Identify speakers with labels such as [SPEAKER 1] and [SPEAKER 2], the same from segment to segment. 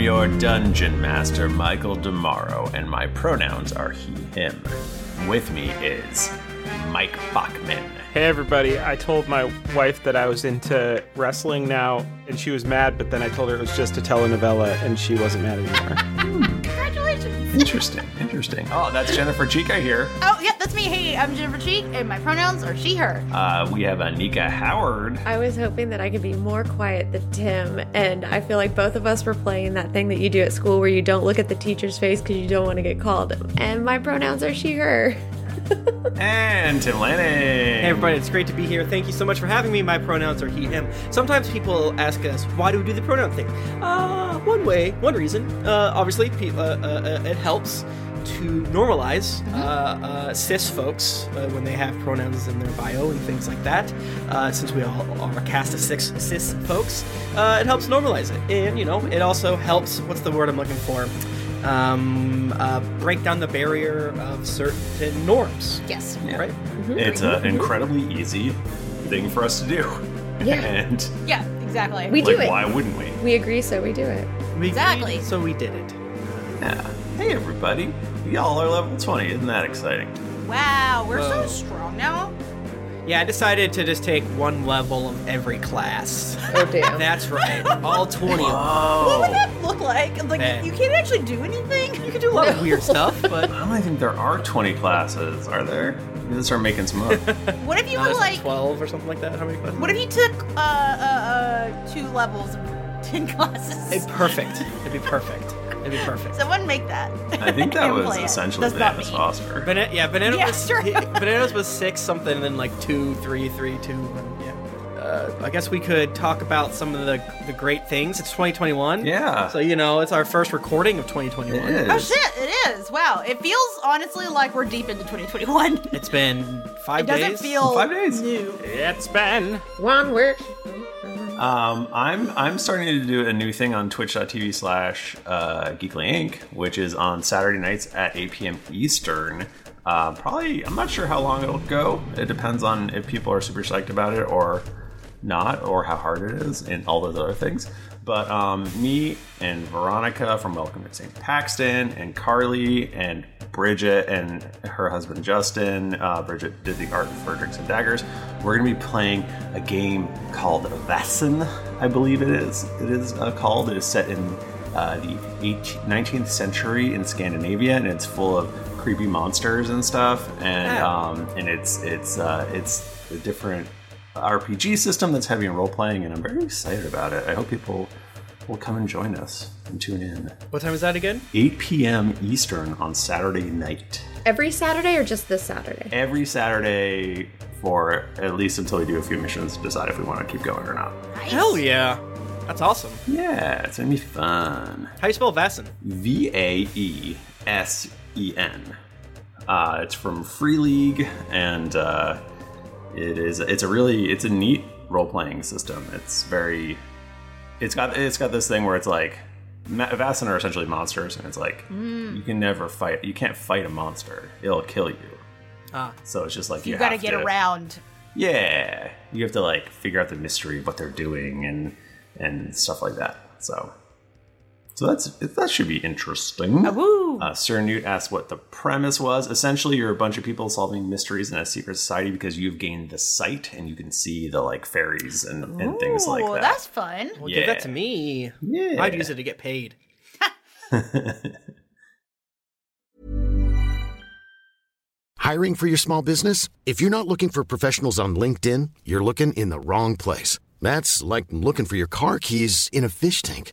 [SPEAKER 1] dungeon master, Michael DeMauro, and my pronouns are he, him. With me is Mike Bachman.
[SPEAKER 2] Hey everybody, I told my wife that I was into wrestling now, and she was mad, but then I told her it was just a telenovela, and she wasn't mad anymore.
[SPEAKER 3] Congratulations.
[SPEAKER 1] Interesting, interesting. Oh, that's Jennifer Chica here.
[SPEAKER 3] Oh, yeah, that's me. Hey, I'm Jennifer Cheek, and my pronouns are she, her.
[SPEAKER 1] Uh, we have Anika Howard.
[SPEAKER 4] I was hoping that I could be more quiet than Tim, and I feel like both of us were playing that thing that you do at school where you don't look at the teacher's face because you don't want to get called. And my pronouns are she, her.
[SPEAKER 1] And Tim Lanning.
[SPEAKER 5] Hey everybody, it's great to be here. Thank you so much for having me. My pronouns are he, him. Sometimes people ask us, why do we do the pronoun thing? Uh, one way, one reason, uh, obviously, pe- uh, uh, uh, it helps to normalize uh, uh, cis folks uh, when they have pronouns in their bio and things like that. Uh, since we all are a cast of six cis folks, uh, it helps normalize it. And, you know, it also helps, what's the word I'm looking for? Um, uh, break down the barrier of certain norms,
[SPEAKER 3] Yes.
[SPEAKER 5] right?
[SPEAKER 1] It's an incredibly easy thing for us to do.
[SPEAKER 4] Yeah.
[SPEAKER 1] and,
[SPEAKER 3] Yeah, exactly.
[SPEAKER 4] We do
[SPEAKER 1] like,
[SPEAKER 4] it.
[SPEAKER 1] why wouldn't we?
[SPEAKER 4] We agree, so we do it.
[SPEAKER 5] We
[SPEAKER 3] Exactly.
[SPEAKER 5] agreed, so we did it.
[SPEAKER 1] Yeah. Hey, everybody. Y'all are level 20. Isn't that exciting?
[SPEAKER 3] wow, we're so
[SPEAKER 5] Whoa.
[SPEAKER 3] strong now.
[SPEAKER 5] Yeah, I decided to just take one level of every class.
[SPEAKER 4] Oh, damn.
[SPEAKER 5] That's right, all 20 of
[SPEAKER 3] What
[SPEAKER 5] them.
[SPEAKER 3] would
[SPEAKER 1] Oh.
[SPEAKER 3] that look like? Like,
[SPEAKER 5] Man.
[SPEAKER 3] you can't actually do anything? You can
[SPEAKER 5] A
[SPEAKER 3] do
[SPEAKER 5] lot of weird stuff, but
[SPEAKER 1] I don't think there are 20 classes, are there? We need to start making some up.
[SPEAKER 3] What if you
[SPEAKER 5] not
[SPEAKER 3] were
[SPEAKER 5] as
[SPEAKER 3] like,
[SPEAKER 5] 12 or something like that. How many classes?
[SPEAKER 3] what if you took uh, uh, uh, two levels of 10
[SPEAKER 5] It'd
[SPEAKER 3] classes?
[SPEAKER 5] be perfect. It'd be perfect. It'd be perfect.
[SPEAKER 3] Someone make that.
[SPEAKER 1] I think that
[SPEAKER 3] And
[SPEAKER 1] was
[SPEAKER 3] play it.
[SPEAKER 1] essentially
[SPEAKER 3] That's not
[SPEAKER 1] Bananas
[SPEAKER 3] me.
[SPEAKER 1] Foster.
[SPEAKER 5] Bana- yeah, bananas
[SPEAKER 3] Yeah,
[SPEAKER 5] was
[SPEAKER 3] sure.
[SPEAKER 5] bananas was six something, and then like two, three, three, two, one. Yeah. Uh, I guess we could talk about some of the the great things. It's 2021.
[SPEAKER 1] Yeah.
[SPEAKER 5] So you know, it's our first recording of 2021.
[SPEAKER 1] It
[SPEAKER 3] Oh
[SPEAKER 1] is.
[SPEAKER 3] shit, it is. Wow. It feels honestly like we're deep into 2021. It
[SPEAKER 5] It's been five days.
[SPEAKER 3] doesn't feel
[SPEAKER 1] Five days.
[SPEAKER 3] new.
[SPEAKER 2] it's Ben.
[SPEAKER 4] One work.
[SPEAKER 1] Um, I'm I'm starting to do a new thing on twitch.tv slash uh, Geekly Inc., which is on Saturday nights at 8 p.m. Eastern. Uh, probably, I'm not sure how long it'll go. It depends on if people are super psyched about it or not, or how hard it is, and all those other things. But um, me and Veronica from Welcome to St. Paxton, and Carly, and Bridget, and her husband Justin. Uh, Bridget did the art for Drinks and Daggers. We're going to be playing a game called Vassin, I believe it is. It is uh, called. It is set in uh, the 18th, 19th century in Scandinavia, and it's full of creepy monsters and stuff. And
[SPEAKER 5] Ah.
[SPEAKER 1] um, and it's it's uh, it's a different RPG system that's heavy in role playing, and I'm very excited about it. I hope people will come and join us and tune in.
[SPEAKER 5] What time is that again?
[SPEAKER 1] 8 p.m. Eastern on Saturday night.
[SPEAKER 4] Every Saturday or just this Saturday?
[SPEAKER 1] Every Saturday for at least until we do a few missions, to decide if we want to keep going or not.
[SPEAKER 3] Nice.
[SPEAKER 5] Hell yeah. That's awesome.
[SPEAKER 1] Yeah, it's gonna be fun.
[SPEAKER 5] How do you spell Vassin?
[SPEAKER 1] V A E S E N. Uh, it's from Free League, and uh, it is it's a really it's a neat role playing system. It's very it's got it's got this thing where it's like ma- Vassin are essentially monsters, and it's like you can never fight you can't fight a monster; it'll kill you.
[SPEAKER 5] Ah.
[SPEAKER 1] So it's just like you,
[SPEAKER 3] You gotta
[SPEAKER 1] have
[SPEAKER 3] get
[SPEAKER 1] to-
[SPEAKER 3] around.
[SPEAKER 1] Yeah, you have to like figure out the mystery of what they're doing and and stuff like that. So, so that's that should be interesting.
[SPEAKER 3] Woo.
[SPEAKER 1] Uh, Sir Newt asked what the premise was. Essentially, you're a bunch of people solving mysteries in a secret society because you've gained the sight and you can see the like fairies and, and things like
[SPEAKER 3] Ooh,
[SPEAKER 1] that.
[SPEAKER 3] That's fun.
[SPEAKER 5] Well, give that
[SPEAKER 1] Yeah.
[SPEAKER 5] to me.
[SPEAKER 1] Yeah.
[SPEAKER 5] I'd use it to get paid.
[SPEAKER 6] Hiring for your small business? If you're not looking for professionals on LinkedIn, you're looking in the wrong place. That's like looking for your car keys in a fish tank.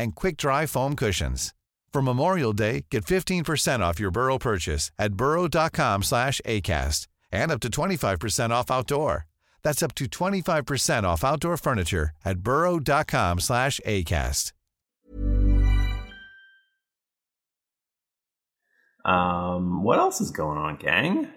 [SPEAKER 7] and quick-dry foam cushions. For Memorial Day, get 15% off your Burrow purchase at burrow.com/acast and up to 25% off outdoor. That's up to 25% off outdoor furniture at burrow.com/acast.
[SPEAKER 1] Um, what else is going on, gang?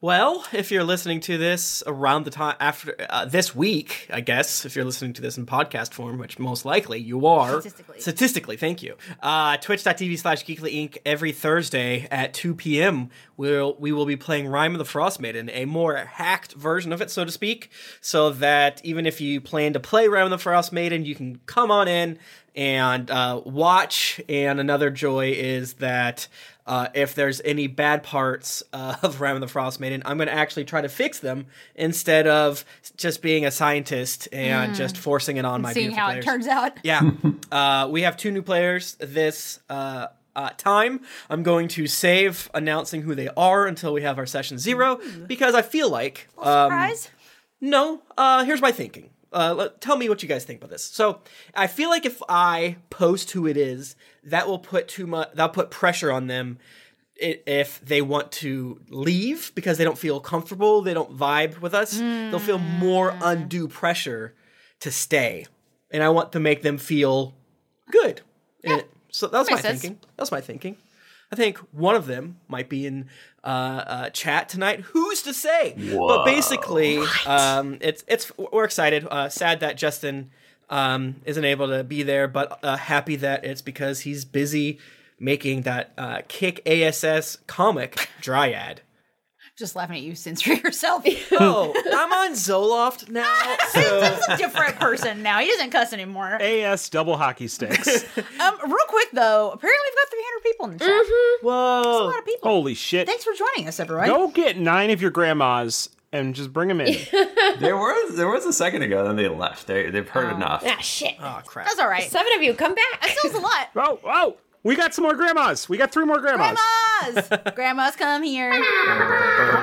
[SPEAKER 5] Well, if you're listening to this around the time after uh, this week, I guess, if you're listening to this in podcast form, which most likely you are. Statistically. thank you. Uh, Twitch.tv slash Geekly Inc. every Thursday at 2 p.m. We'll, we will be playing Rhyme of the Frost Maiden, a more hacked version of it, so to speak, so that even if you plan to play Rhyme of the Frost Maiden, you can come on in and uh, watch. And another joy is that uh, if there's any bad parts uh, of Rhyme of the Frost Maiden, I'm going to actually try to fix them instead of just being a scientist and
[SPEAKER 3] Mm.
[SPEAKER 5] just forcing it on my
[SPEAKER 3] Seeing
[SPEAKER 5] beautiful
[SPEAKER 3] how
[SPEAKER 5] players.
[SPEAKER 3] it turns out.
[SPEAKER 5] Yeah. uh, we have two new players this uh, uh, time. I'm going to save announcing who they are until we have our session zero because I feel like. um,
[SPEAKER 3] Hmm. Surprise?
[SPEAKER 5] no, uh, here's my thinking. Uh, let- tell me what you guys think about this. So I feel like if I post who it is, that will put too much. That'll put pressure on them i- if they want to leave because they don't feel comfortable. They don't vibe with us. They'll feel more
[SPEAKER 3] Hmm.
[SPEAKER 5] undue pressure to stay, and I want to make them feel good. And so that's my
[SPEAKER 3] makes sense.
[SPEAKER 5] thinking. That's my thinking. I think one of them might be in uh, uh, chat tonight. Who's to say? But
[SPEAKER 1] Whoa.
[SPEAKER 5] basically, um, it's it's we're excited. Uh, sad that Justin um, isn't able to be there, but uh, happy that it's because he's busy making that uh, kick ass comic Dryad.
[SPEAKER 3] Just laughing at you, censor yourself.
[SPEAKER 5] Oh, I'm on Zoloft now. So Eh.
[SPEAKER 3] He's a different person now. He doesn't cuss anymore.
[SPEAKER 2] AS double hockey sticks.
[SPEAKER 3] Um, real quick though, apparently we've got 300 people in the chat.
[SPEAKER 4] Mm-hmm.
[SPEAKER 3] That's a
[SPEAKER 5] whoa,
[SPEAKER 3] lot of people.
[SPEAKER 2] Holy shit.
[SPEAKER 3] Thanks for joining us, everyone.
[SPEAKER 2] Go get nine of your grandmas and just bring them in.
[SPEAKER 1] There was there was a second ago, then they left. They they've heard enough.
[SPEAKER 4] Ah, shit.
[SPEAKER 5] oh crap.
[SPEAKER 3] That's all right.
[SPEAKER 4] Seven of you, come back.
[SPEAKER 3] That still is a lot.
[SPEAKER 2] oh, oh, we got some more grandmas. We got three more grandmas.
[SPEAKER 3] Grandmas, grandmas, come here.
[SPEAKER 4] Ah.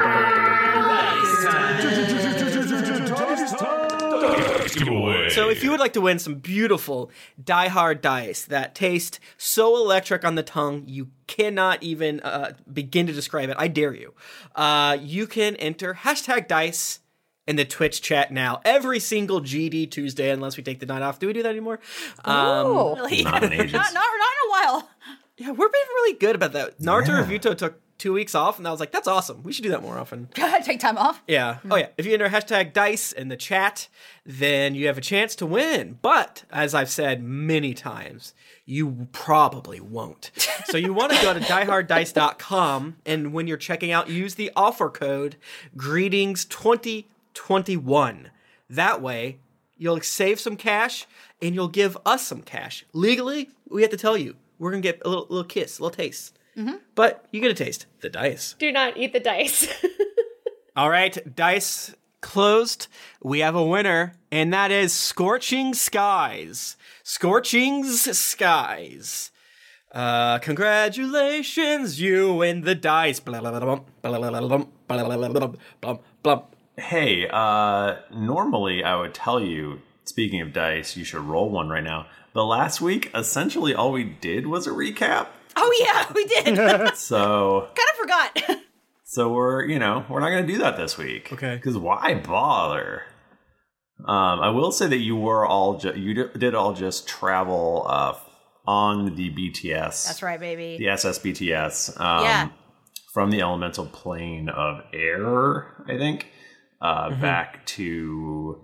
[SPEAKER 5] So if you would like to win some beautiful Die Hard dice that taste so electric on the tongue you cannot even uh, begin to describe it, I dare you. Uh, you can enter hashtag dice in the Twitch chat now every single GD Tuesday unless we take the night off. Do we do that anymore? Um,
[SPEAKER 3] Really?
[SPEAKER 1] Not in ages.
[SPEAKER 3] not, not, not in a while.
[SPEAKER 5] yeah, we're being really good about that. Naruto Revuto took two weeks off, and I was like, that's awesome. We should do that more often.
[SPEAKER 3] Take time off.
[SPEAKER 5] Yeah. Oh, yeah. If you enter hashtag dice in the chat, then you have a chance to win. But as I've said many times, you probably won't. So you want to go to dieharddice.com and when you're checking out, use the offer code greetings2021. That way, you'll save some cash and you'll give us some cash. Legally, we have to tell you. We're going to get a little, little kiss, a little taste.
[SPEAKER 3] Mm-hmm.
[SPEAKER 5] But you get a taste. The dice.
[SPEAKER 4] Do not eat the dice.
[SPEAKER 5] All right, dice closed. We have a winner, and that is Scorching Skies. Scorching's Skies. Uh, congratulations, you win the dice. Blah, blah, blah, blah, blah, blah, blah, blah, blah, blah, blah, blah.
[SPEAKER 1] Hey, uh, normally I would tell you, speaking of dice, you should roll one right now. But last week, essentially all we did was a recap.
[SPEAKER 3] Oh yeah, we did. kind
[SPEAKER 1] So,
[SPEAKER 3] of forgot.
[SPEAKER 1] so we're, you know, we're not going to do that this week.
[SPEAKER 5] Okay.
[SPEAKER 1] Because why bother? Um, I will say that you were all, ju- you d- did all just travel uh, on the BTS.
[SPEAKER 3] That's right, baby.
[SPEAKER 1] The SSBTS. Um,
[SPEAKER 3] Yeah.
[SPEAKER 1] from the elemental plane of air, I think, uh,
[SPEAKER 3] Mm-hmm.
[SPEAKER 1] back to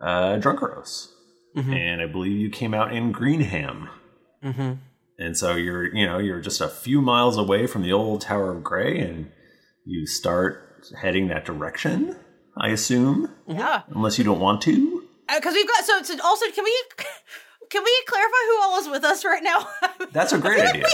[SPEAKER 1] uh, Drunkeros.
[SPEAKER 5] Mm-hmm.
[SPEAKER 3] Mm-hmm.
[SPEAKER 1] And I believe you came out in Greenham.
[SPEAKER 2] Mm-hmm.
[SPEAKER 1] And so you're, you know, you're just a few miles away from the old Tower of Grey, and you start heading that direction. I assume,
[SPEAKER 3] Yeah.
[SPEAKER 1] unless you don't want to.
[SPEAKER 3] Because Uh, we've got so, so also can we can we clarify who all is with us right now?
[SPEAKER 1] That's a great idea.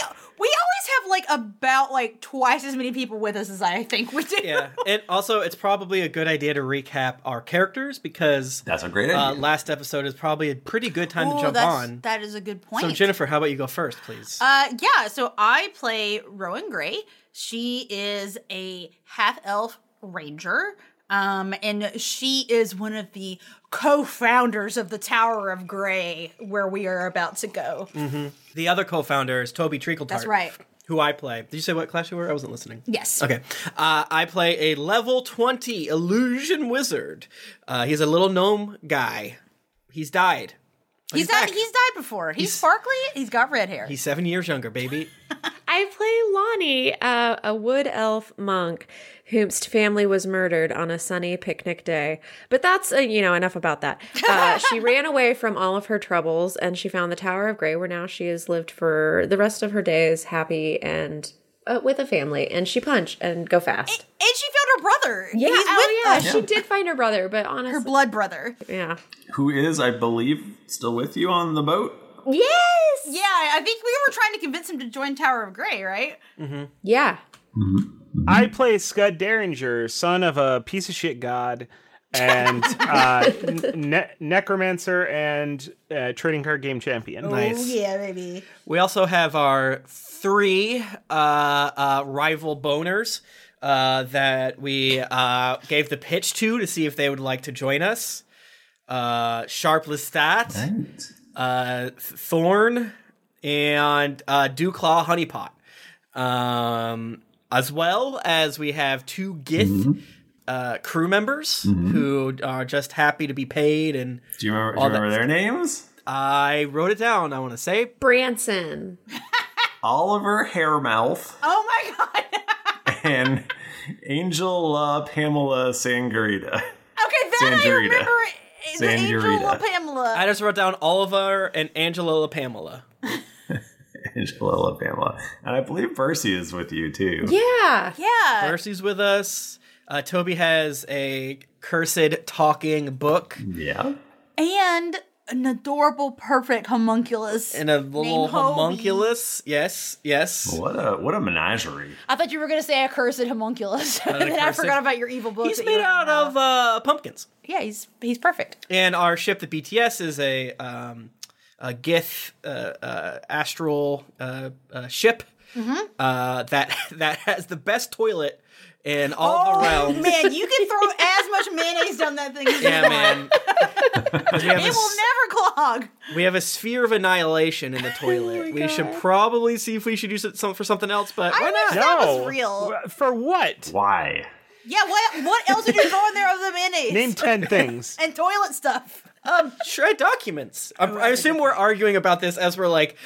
[SPEAKER 3] we always have like about like twice as many people with us as I think we do.
[SPEAKER 5] yeah, and also it's probably a good idea to recap our characters because
[SPEAKER 1] that's a great
[SPEAKER 5] Uh,
[SPEAKER 1] idea.
[SPEAKER 5] last episode is probably a pretty good time
[SPEAKER 3] Ooh,
[SPEAKER 5] to jump
[SPEAKER 3] that's-
[SPEAKER 5] on.
[SPEAKER 3] That is a good point.
[SPEAKER 5] So Jennifer, how about you go first, please?
[SPEAKER 3] Uh, yeah, so I play Rowan Gray. She is a half elf ranger. Um, and she is one of the co founders of the Tower of Gray, where we are about to go.
[SPEAKER 5] hmm The other co-founder is Toby Treacletart.
[SPEAKER 3] That's right.
[SPEAKER 5] Who I play. Did you say what class you were? I wasn't listening.
[SPEAKER 3] Yes.
[SPEAKER 5] Okay. Uh, I play a level 20 illusion wizard. Uh, he's a little gnome guy. He's died.
[SPEAKER 3] He's, died, he's died before. He's, sparkly, he's got red hair.
[SPEAKER 5] He's seven years younger, baby.
[SPEAKER 4] I play Lonnie, uh, a wood elf monk whom's family was murdered on a sunny picnic day. But that's, uh, you know, enough about that. Uh, she ran away from all of her troubles and she found the Tower of Grey, where now she has lived for the rest of her days happy and uh, with a family. And she punch and go fast.
[SPEAKER 3] and she found her brother.
[SPEAKER 4] Yeah,
[SPEAKER 3] he's
[SPEAKER 4] oh,
[SPEAKER 3] with
[SPEAKER 4] yeah,
[SPEAKER 3] us.
[SPEAKER 4] she did find her brother, but honestly. Her
[SPEAKER 3] blood brother.
[SPEAKER 4] Yeah.
[SPEAKER 1] Who is, I believe, still with you on the boat?
[SPEAKER 4] Yes!
[SPEAKER 3] Yeah, I think we were trying to convince him to join Tower of Grey, right?
[SPEAKER 2] Mm-hmm.
[SPEAKER 4] Yeah.
[SPEAKER 5] Mm-hmm.
[SPEAKER 2] I play Scud Derringer, son of a piece of shit god and uh, ne- necromancer and uh, trading card game champion.
[SPEAKER 5] Oh, Nice.
[SPEAKER 3] Oh, yeah, baby.
[SPEAKER 5] We also have our three uh, uh, rival boners uh, that we uh, gave the pitch to to see if they would like to join us. Uh, Sharp Lestat, uh, Thorn, and uh, Dewclaw Honeypot. Um, as well as we have two Gith
[SPEAKER 1] Mm-hmm.
[SPEAKER 5] uh, crew members who are just happy to be paid and
[SPEAKER 1] Do you remember, do you
[SPEAKER 5] all that-
[SPEAKER 1] remember their names?
[SPEAKER 5] I wrote it down. I want to say
[SPEAKER 4] Branson.
[SPEAKER 1] Oliver Hairmouth
[SPEAKER 3] Oh my god.
[SPEAKER 1] and Angel uh, Pamela Sangarita.
[SPEAKER 3] Okay, that I
[SPEAKER 1] Sanjarita.
[SPEAKER 3] remember. It was Angela
[SPEAKER 1] Sanjarita.
[SPEAKER 3] Pamela.
[SPEAKER 5] I just wrote down Oliver and Angela Pamela.
[SPEAKER 1] Angela Pamela. And I believe Percy is with you too.
[SPEAKER 4] Yeah.
[SPEAKER 3] Yeah.
[SPEAKER 5] Mercy's with us. Uh, Toby has a cursed talking book.
[SPEAKER 1] Yeah.
[SPEAKER 3] and an adorable, perfect homunculus.
[SPEAKER 5] And a little
[SPEAKER 3] Named Hobie.
[SPEAKER 5] homunculus. Yes, yes.
[SPEAKER 1] What a what a menagerie.
[SPEAKER 3] I thought you were going to say a cursed homunculus,
[SPEAKER 5] Not
[SPEAKER 3] and
[SPEAKER 5] a
[SPEAKER 3] then I
[SPEAKER 5] cursed-
[SPEAKER 3] forgot about your evil book.
[SPEAKER 5] He's
[SPEAKER 3] that
[SPEAKER 5] made
[SPEAKER 3] you-
[SPEAKER 5] out of uh, pumpkins.
[SPEAKER 3] Yeah, he's he's perfect.
[SPEAKER 5] And our ship, the BTS, is a, um, a Gith uh, uh, astral uh, uh, ship
[SPEAKER 3] Mm-hmm.
[SPEAKER 5] uh, that that has the best toilet in all the realms.
[SPEAKER 3] Oh, Man, you can throw as much mayonnaise down that thing. As
[SPEAKER 5] Yeah,
[SPEAKER 3] you
[SPEAKER 5] man. We have a
[SPEAKER 3] It will never clog.
[SPEAKER 5] We have a sphere of annihilation
[SPEAKER 3] Oh
[SPEAKER 5] in the toilet. we should probably see if we should use it some, for something else, but
[SPEAKER 3] I
[SPEAKER 5] why
[SPEAKER 3] wish
[SPEAKER 5] not?
[SPEAKER 3] that was No. real.
[SPEAKER 2] For what?
[SPEAKER 1] Why?
[SPEAKER 3] Yeah, what what else did you throw in there other than mayonnaise?
[SPEAKER 5] Name 10 things.
[SPEAKER 3] and toilet stuff.
[SPEAKER 5] Um, shred documents. I,
[SPEAKER 3] Oh,
[SPEAKER 5] I assume we're arguing about this as we're like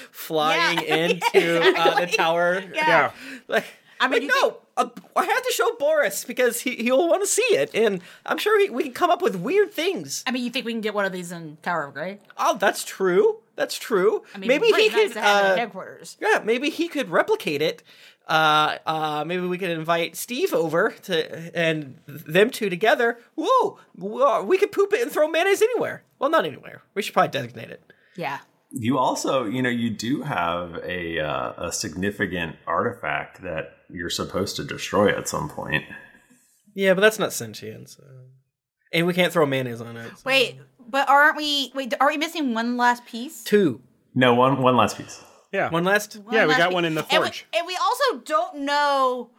[SPEAKER 5] flying into uh, the tower.
[SPEAKER 3] Yeah. Yeah.
[SPEAKER 5] Like,
[SPEAKER 3] I mean,
[SPEAKER 5] no. uh, I have to show Boris because he he'll want to see it, and I'm sure he, we can come up with weird things.
[SPEAKER 3] I mean, you think we can get one of these in Tower of Grey?
[SPEAKER 5] Oh, that's true. That's true.
[SPEAKER 3] I mean,
[SPEAKER 5] maybe
[SPEAKER 3] it'd be
[SPEAKER 5] he
[SPEAKER 3] pretty nice
[SPEAKER 5] could
[SPEAKER 3] to have it at
[SPEAKER 5] uh,
[SPEAKER 3] headquarters.
[SPEAKER 5] Yeah, maybe he could replicate it. Uh, uh, maybe we could invite Steve over to and them two together. Whoa, whoa, we could poop it and throw mayonnaise anywhere. Well, not anywhere. We should probably designate it.
[SPEAKER 3] Yeah.
[SPEAKER 1] You also, you know, you do have a uh, a significant artifact that you're supposed to destroy at some point.
[SPEAKER 5] Yeah, but that's not sentient. So. And we can't throw mayonnaise on it.
[SPEAKER 3] Wait, but aren't we? Wait, are we missing one last piece?
[SPEAKER 5] Two.
[SPEAKER 1] No, one one last piece.
[SPEAKER 2] Yeah.
[SPEAKER 5] One last?
[SPEAKER 2] yeah, we
[SPEAKER 3] last
[SPEAKER 2] got
[SPEAKER 3] piece.
[SPEAKER 2] one in the
[SPEAKER 3] And we-
[SPEAKER 2] forge.
[SPEAKER 3] And we, also don't know.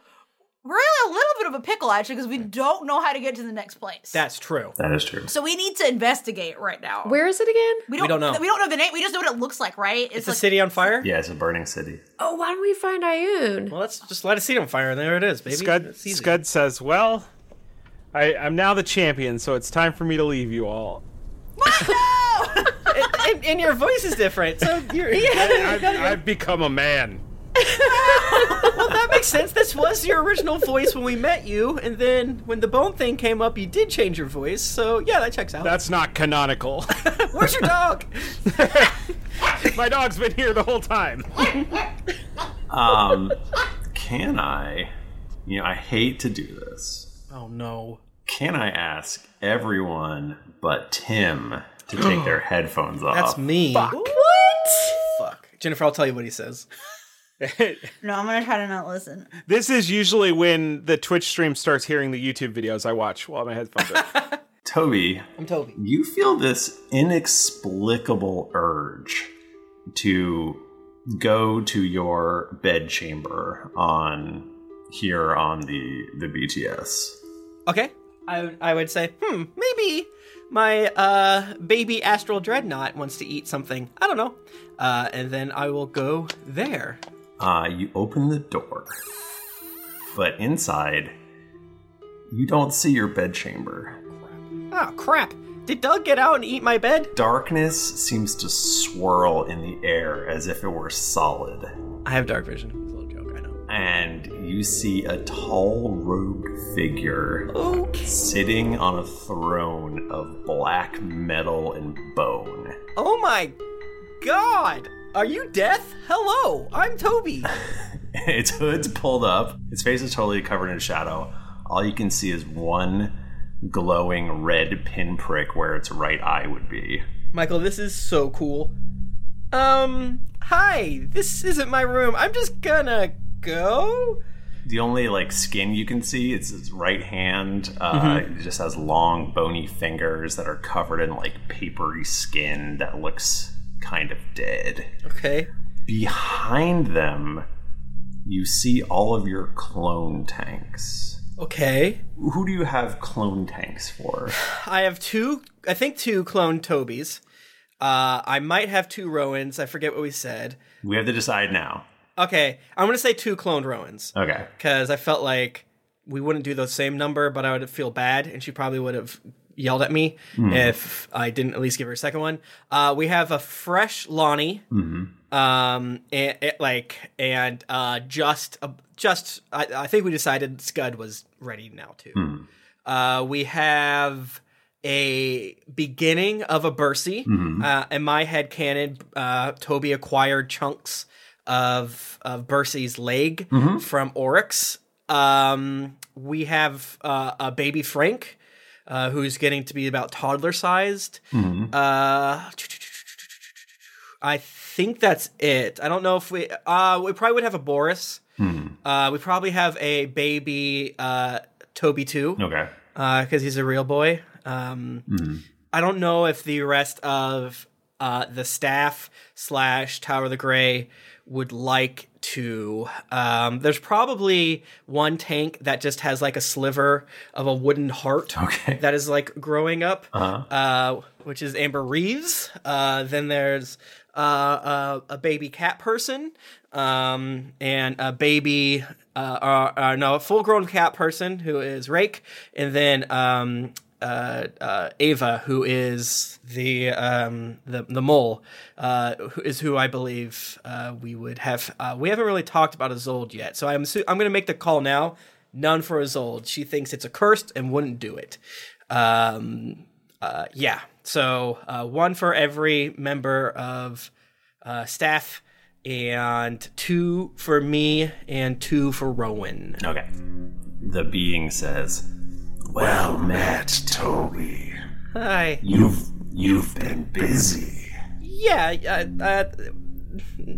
[SPEAKER 3] We're in a little bit of a pickle actually because we don't know how to get to the next place.
[SPEAKER 5] That's true.
[SPEAKER 1] That is true.
[SPEAKER 3] So we need to investigate right now.
[SPEAKER 4] Where is it again?
[SPEAKER 3] We
[SPEAKER 1] We
[SPEAKER 3] don't,
[SPEAKER 1] don't know.
[SPEAKER 3] We don't know the name. We just know what it looks like, right?
[SPEAKER 5] It's, a city on fire?
[SPEAKER 1] Yeah, it's a burning city.
[SPEAKER 4] Oh, why don't we find Ayun?
[SPEAKER 5] Well, let's just light a seat on fire, and there it is, baby.
[SPEAKER 2] Scud,
[SPEAKER 5] It's easy.
[SPEAKER 2] Scud says, Well, I, I'm now the champion, so it's time for me to leave you all.
[SPEAKER 5] and, and- and your voice is different, so you're.
[SPEAKER 2] I've, I've become a man.
[SPEAKER 5] well, that makes sense. This was your original voice when we met you, and then when the bone thing came up, you did change your voice. So yeah, that checks out.
[SPEAKER 2] That's not canonical.
[SPEAKER 5] Where's your dog?
[SPEAKER 2] My dog's been here the whole time.
[SPEAKER 1] Um, can I? You know, I hate to do this.
[SPEAKER 5] Oh no.
[SPEAKER 1] Can I ask everyone but Tim to take their headphones off?
[SPEAKER 5] That's me. Fuck.
[SPEAKER 4] What?
[SPEAKER 5] Fuck. Jennifer, I'll tell you what he says.
[SPEAKER 3] No, I'm gonna try to not listen.
[SPEAKER 2] This is usually when the Twitch stream starts hearing the YouTube videos I watch while my headphones are.
[SPEAKER 1] Toby,
[SPEAKER 5] I'm Toby.
[SPEAKER 1] You feel this inexplicable urge to go to your bedchamber on here on the the BTS.
[SPEAKER 5] Okay. I, I would say, hmm, maybe my uh, baby astral dreadnought wants to eat something. I don't know. Uh, and then I will go there.
[SPEAKER 1] Uh, you open the door, but inside you don't see your bedchamber.
[SPEAKER 5] Oh, crap. Did Doug get out and eat my bed?
[SPEAKER 1] Darkness seems to swirl in the air as if it were solid.
[SPEAKER 5] I have dark vision. It's a little joke, I know.
[SPEAKER 1] And you see a tall robed figure sitting on a throne of black metal and bone.
[SPEAKER 5] Oh my god! Are you death? Hello, I'm Toby.
[SPEAKER 1] its hood's pulled up, its face is totally covered in shadow. All you can see is one glowing red pinprick where its right eye would be.
[SPEAKER 5] Michael, this is so cool. Um, hi, this isn't my room. I'm just gonna go.
[SPEAKER 1] The only like skin you can see is its right hand. Uh,
[SPEAKER 5] Mm-hmm.
[SPEAKER 1] It just has long bony fingers that are covered in like papery skin that looks kind of dead.
[SPEAKER 5] Okay.
[SPEAKER 1] Behind them, you see all of your clone tanks.
[SPEAKER 5] Okay.
[SPEAKER 1] Who do you have clone tanks for?
[SPEAKER 5] I have two, I think two clone Tobys. Uh, I might have two Rowans. I forget what we said.
[SPEAKER 1] We have to decide now.
[SPEAKER 5] Okay, I'm gonna say two cloned Rowans.
[SPEAKER 1] Okay.
[SPEAKER 5] because I felt like we wouldn't do the same number, but I would feel bad, and she probably would have yelled at me if I didn't at least give her a second one. Uh, we have a fresh Lonnie, um, and, like, and uh, just a, just I, I think we decided Scud was ready now too.
[SPEAKER 8] Hmm.
[SPEAKER 5] Uh, we have a beginning of a Bursey. Uh, in my head canon, uh, Toby acquired chunks of of Bursey's leg from Oryx. Um, we have uh, a baby Frank, uh, who's getting to be about toddler sized. Uh, I think that's it. I don't know if we uh, we probably would have a Boris. Uh, we probably have a baby uh, Toby too
[SPEAKER 1] Okay.
[SPEAKER 5] because Uh, he's a real boy. Um, I don't know if the rest of uh, the staff slash Tower of the Gray would like to. Um, there's probably one tank that just has like a sliver of a wooden heart
[SPEAKER 1] Okay.
[SPEAKER 5] that is like growing up,
[SPEAKER 1] Uh-huh.
[SPEAKER 5] uh, which is Amber Reeves. Uh, then there's uh, uh, a baby cat person, um, and a baby, uh, uh, uh, no, a full grown cat person who is Rake, and then um, uh, uh, Ava, who is the um, the the mole, uh, who is who I believe uh, we would have. Uh, we haven't really talked about Azold yet, so I'm assu- I'm going to make the call now. None for Azold. She thinks it's accursed and wouldn't do it. Um, uh, yeah. So uh, one for every member of uh, staff, and two for me, and two for Rowan.
[SPEAKER 1] Okay. The being says, "Well met, Toby.
[SPEAKER 5] Hi.
[SPEAKER 1] You've you've been busy.
[SPEAKER 5] Yeah, uh, uh,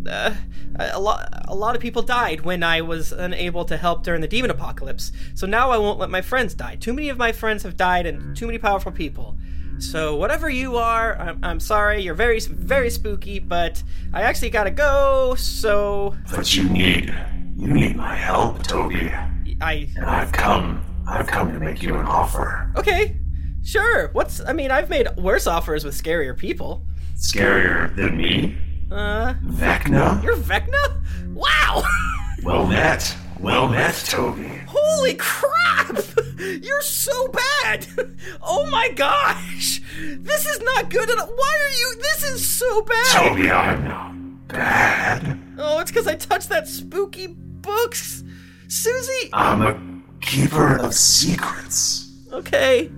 [SPEAKER 5] uh, a lot a lot of people died when I was unable to help during the demon apocalypse. So now I won't let my friends die. Too many of my friends have died, and too many powerful people. So whatever you are, I'm, I'm sorry. You're very very spooky, but I actually gotta go. So
[SPEAKER 1] But you need you need my help, Toby.
[SPEAKER 5] I
[SPEAKER 1] And I've come I've come to make you an offer.
[SPEAKER 5] okay, sure. What's I mean? I've made worse offers with scarier people.
[SPEAKER 1] Scarier than me?
[SPEAKER 5] Uh,
[SPEAKER 1] Vecna?
[SPEAKER 5] you're Vecna. Wow.
[SPEAKER 1] Well met. Well met, Toby.
[SPEAKER 5] Holy crap! You're so bad! Oh my gosh! This is not good at all. Why are you? This is so bad!
[SPEAKER 1] Toby, I'm not bad.
[SPEAKER 5] Oh, it's because I touched that spooky books? Susie!
[SPEAKER 9] I'm a keeper of secrets.
[SPEAKER 5] Okay.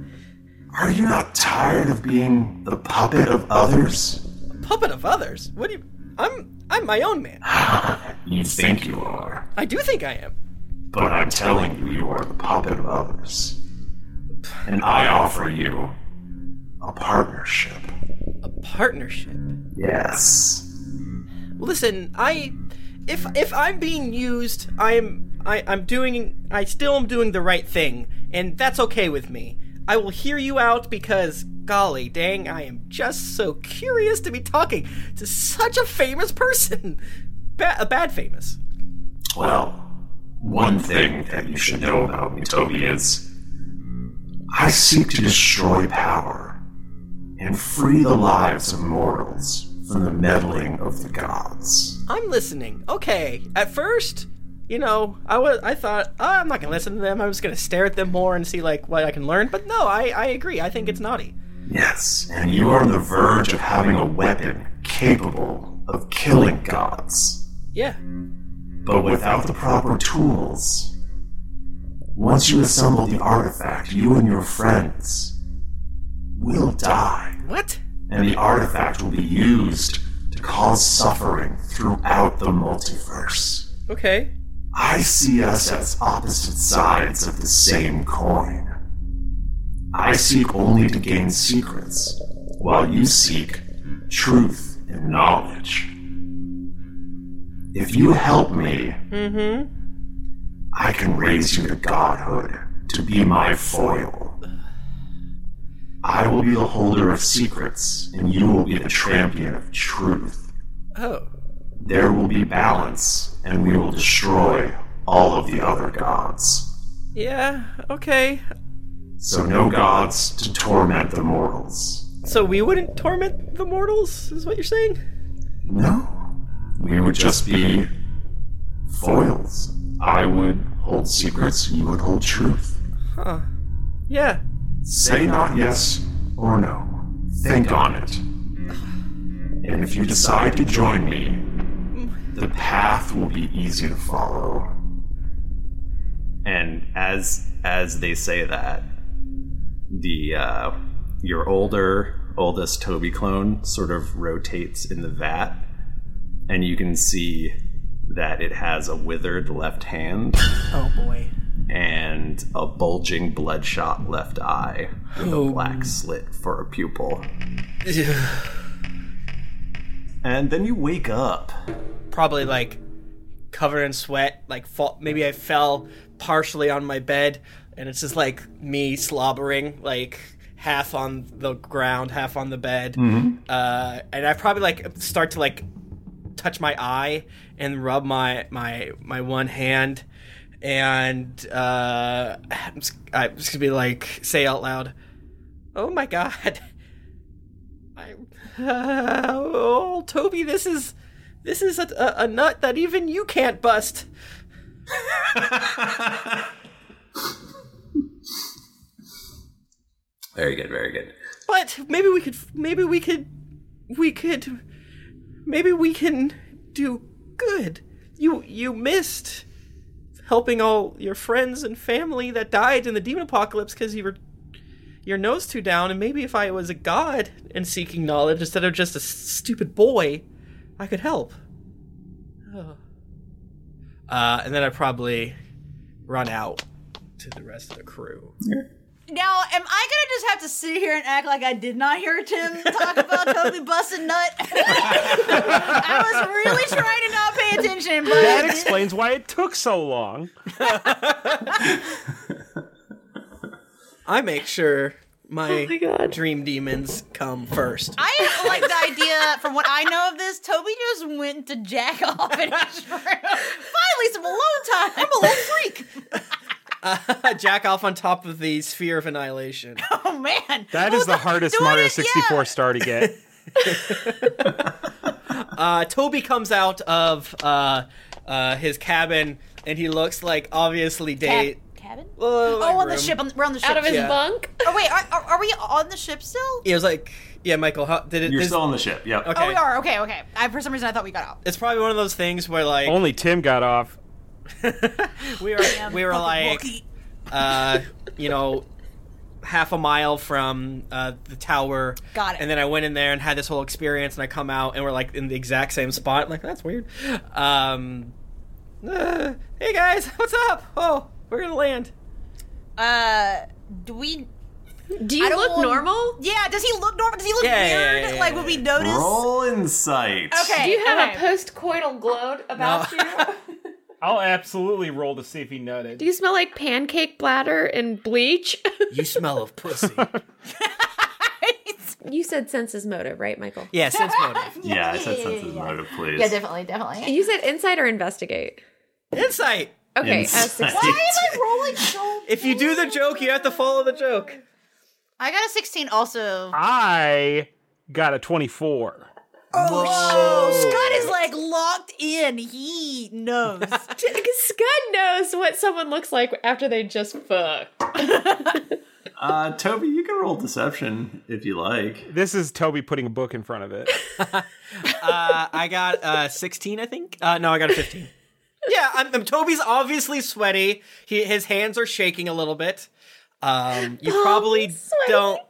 [SPEAKER 9] Are you not tired of being the puppet of others?
[SPEAKER 5] Puppet of others? What do you. I'm. I'm my own man.
[SPEAKER 9] You think you are,
[SPEAKER 5] I do think I am.
[SPEAKER 9] but I'm telling you, you are the puppet of others. And I offer you a partnership.
[SPEAKER 5] Partnership.
[SPEAKER 9] Yes.
[SPEAKER 5] Listen, I if if I'm being used, I'm I, I'm doing I still am doing the right thing, and that's okay with me. I will hear you out because golly dang, I am just so curious to be talking to such a famous person. Ba- a bad famous.
[SPEAKER 9] Well, one thing that you should know about me, Toby, is I seek to destroy power and free the lives of mortals from the meddling of the gods.
[SPEAKER 5] I'm listening. Okay. At first, you know, I was I thought oh, I'm not gonna listen to them. I'm just gonna stare at them more and see like what I can learn. But no, I I agree. I think it's naughty.
[SPEAKER 9] Yes, and you are on the verge of having a weapon capable of killing gods.
[SPEAKER 5] Yeah.
[SPEAKER 9] But without the proper tools, once you assemble the artifact, you and your friends will die.
[SPEAKER 5] What?
[SPEAKER 9] And the artifact will be used to cause suffering throughout the multiverse.
[SPEAKER 5] Okay.
[SPEAKER 9] I see us as opposite sides of the same coin. I seek only to gain secrets, while you seek truth and knowledge. If you help me,
[SPEAKER 5] Mm-hmm.
[SPEAKER 9] I can raise you to godhood to be my foil. I will be the holder of secrets, and you will be the champion of truth.
[SPEAKER 5] Oh.
[SPEAKER 9] There will be balance, and we will destroy all of the other gods.
[SPEAKER 5] Yeah. Okay.
[SPEAKER 9] So, no gods to torment the mortals.
[SPEAKER 5] So we wouldn't torment the mortals, is what you're saying?
[SPEAKER 9] We would just be foils. I would hold secrets, you would hold truth.
[SPEAKER 5] Huh. Yeah.
[SPEAKER 9] Say not yes or no. Think on it. And if you decide to join me, the path will be easy to follow.
[SPEAKER 1] And as as they say that, the uh, your older oldest Toby clone sort of rotates in the vat, and you can see that it has a withered left hand
[SPEAKER 5] Oh boy.
[SPEAKER 1] and a bulging bloodshot left eye with
[SPEAKER 5] Oh.
[SPEAKER 1] a black slit for a pupil. And then you wake up.
[SPEAKER 5] Probably like covered in sweat, like fall- maybe I fell partially on my bed and it's just like me slobbering like half on the ground, half on the bed.
[SPEAKER 10] Mhm.
[SPEAKER 5] Uh and I probably like start to like touch my eye and rub my my my one hand and uh I'm just, I'm just gonna be like say out loud oh my god I, oh toby this is this is a, a, a nut that even you can't bust
[SPEAKER 1] Very good, very good.
[SPEAKER 5] but maybe we could maybe we could we could maybe we can do good you you missed helping all your friends and family that died in the demon apocalypse because you were your nose too down and maybe if i was a god and seeking knowledge instead of just a stupid boy i could help uh, and then i probably run out to the rest of the crew
[SPEAKER 3] Now, am I gonna just have to sit here and act like I did not hear Tim talk about Toby busting nut? I was really trying to not pay attention, but
[SPEAKER 2] That explains why it took so long.
[SPEAKER 5] I make sure my,
[SPEAKER 3] Oh my God.
[SPEAKER 5] dream demons come first.
[SPEAKER 3] I like the idea. From what I know of this, Toby just went to jack off in his room. Finally, some alone time. I'm a little freak.
[SPEAKER 5] Uh, jack off on top of the sphere of annihilation.
[SPEAKER 3] Oh man,
[SPEAKER 2] That is the hardest Mario 64 star to get.
[SPEAKER 5] Uh, Toby comes out of uh, uh, his cabin and he looks like obviously
[SPEAKER 3] Cab-
[SPEAKER 5] date.
[SPEAKER 3] cabin.
[SPEAKER 5] Oh,
[SPEAKER 3] oh,
[SPEAKER 5] my
[SPEAKER 3] on the
[SPEAKER 5] room.
[SPEAKER 3] ship. On, we're on the ship.
[SPEAKER 5] Out of his Yeah. bunk?
[SPEAKER 3] Oh wait, are, are, are we on the ship still?
[SPEAKER 5] It was like, yeah, Michael, how, did it?
[SPEAKER 1] You're
[SPEAKER 5] this-
[SPEAKER 1] still on the ship, yeah.
[SPEAKER 5] Okay.
[SPEAKER 3] Oh, we are. Okay, okay. I, for some reason, I thought we got out.
[SPEAKER 5] It's probably one of those things where like
[SPEAKER 2] Only Tim got off.
[SPEAKER 5] we were we were like, uh, you know, half a mile from uh, the tower.
[SPEAKER 3] Got it.
[SPEAKER 5] And then I went in there and had this whole experience, and I come out and we're like in the exact same spot. like that's weird. Um, uh, hey guys, what's up? Oh, we're gonna land.
[SPEAKER 3] Uh, do we?
[SPEAKER 4] Do
[SPEAKER 5] you look normal?
[SPEAKER 3] Yeah. Does he look normal? Does he look
[SPEAKER 1] Yeah, yeah,
[SPEAKER 3] weird?
[SPEAKER 1] yeah, yeah,
[SPEAKER 3] like would we notice?
[SPEAKER 1] Roll insight.
[SPEAKER 3] Okay.
[SPEAKER 4] Do you have
[SPEAKER 3] okay.
[SPEAKER 4] a post-coital gloat about you?
[SPEAKER 2] I'll absolutely roll to see if he nutted.
[SPEAKER 4] Do you smell like pancake bladder and bleach?
[SPEAKER 5] You smell of pussy.
[SPEAKER 4] you said senses motive, right, Michael?
[SPEAKER 5] Yeah, sense motive.
[SPEAKER 1] Yeah, I said senses motive, please.
[SPEAKER 4] definitely, definitely. You said insight or investigate.
[SPEAKER 5] Insight.
[SPEAKER 4] Okay, uh,
[SPEAKER 5] Insight.
[SPEAKER 4] 16.
[SPEAKER 5] Why am
[SPEAKER 3] I rolling so?
[SPEAKER 5] If you do the joke, you have to follow the joke.
[SPEAKER 3] I got a sixteen. Also,
[SPEAKER 2] I got a 24.
[SPEAKER 3] Oh, Scott is like locked in. He knows.
[SPEAKER 4] Scud knows what someone looks like after they just fucked.
[SPEAKER 1] Uh, Toby, you can roll deception if you like.
[SPEAKER 2] This is Toby putting a book in front of it.
[SPEAKER 5] Uh, I got uh, 16, I think. Uh, no, I got a 15. yeah, I'm, I'm- Toby's obviously sweaty. He, his hands are shaking a little bit. Um, you
[SPEAKER 9] Oh,
[SPEAKER 5] probably
[SPEAKER 9] he's sweaty.
[SPEAKER 5] don't.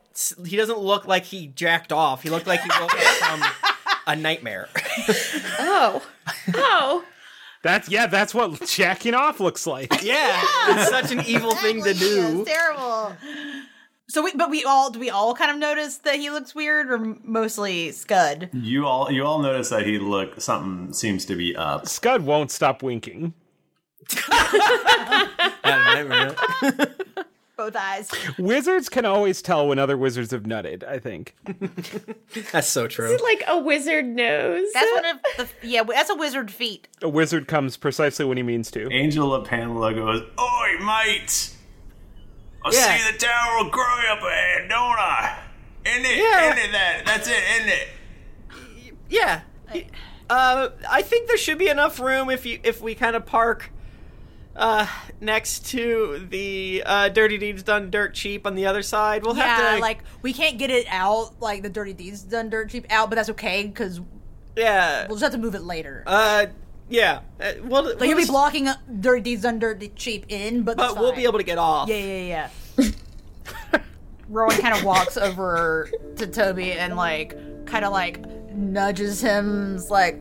[SPEAKER 5] He doesn't look like he jacked off. He looked like he woke up from a nightmare.
[SPEAKER 4] Oh. Oh.
[SPEAKER 2] That's yeah, that's what jacking off looks like.
[SPEAKER 5] Yeah. It's such an evil thing to do.
[SPEAKER 3] It's terrible. So we, but we all do we all kind of notice that he looks weird, or mostly Scud.
[SPEAKER 1] You all you all notice that he look something seems to be up.
[SPEAKER 2] Scud won't stop winking.
[SPEAKER 3] Both eyes.
[SPEAKER 2] Wizards can always tell when other wizards have nutted, I think.
[SPEAKER 5] that's so true.
[SPEAKER 4] like a wizard nose?
[SPEAKER 3] That's one of the yeah. That's a wizard feat.
[SPEAKER 2] A wizard comes precisely when he means to.
[SPEAKER 1] Angel of Pamela goes, Oi, mate! I
[SPEAKER 9] Yeah.
[SPEAKER 1] see the tower will grow up ahead, don't I? In it,
[SPEAKER 9] Yeah.
[SPEAKER 1] in it, that, that's it, in it.
[SPEAKER 5] Yeah. Uh, I think there should be enough room if you if we kind of park uh, next to the uh, Dirty Deeds Done Dirt Cheap on the other side. We'll
[SPEAKER 3] yeah,
[SPEAKER 5] have to
[SPEAKER 3] like we can't get it out, like the dirty deeds done dirt cheap out, but that's okay because
[SPEAKER 5] yeah
[SPEAKER 3] we'll just have to move it later.
[SPEAKER 5] uh yeah uh, we'll,
[SPEAKER 3] like
[SPEAKER 5] we'll
[SPEAKER 3] you'll be
[SPEAKER 5] just-
[SPEAKER 3] blocking uh, dirty deeds done dirt cheap in, but
[SPEAKER 5] but
[SPEAKER 3] that's
[SPEAKER 5] we'll
[SPEAKER 3] fine.
[SPEAKER 5] be able to get off.
[SPEAKER 3] Yeah, yeah, yeah. Rowan kind of walks over to Toby and like kind of like nudges him. It's like,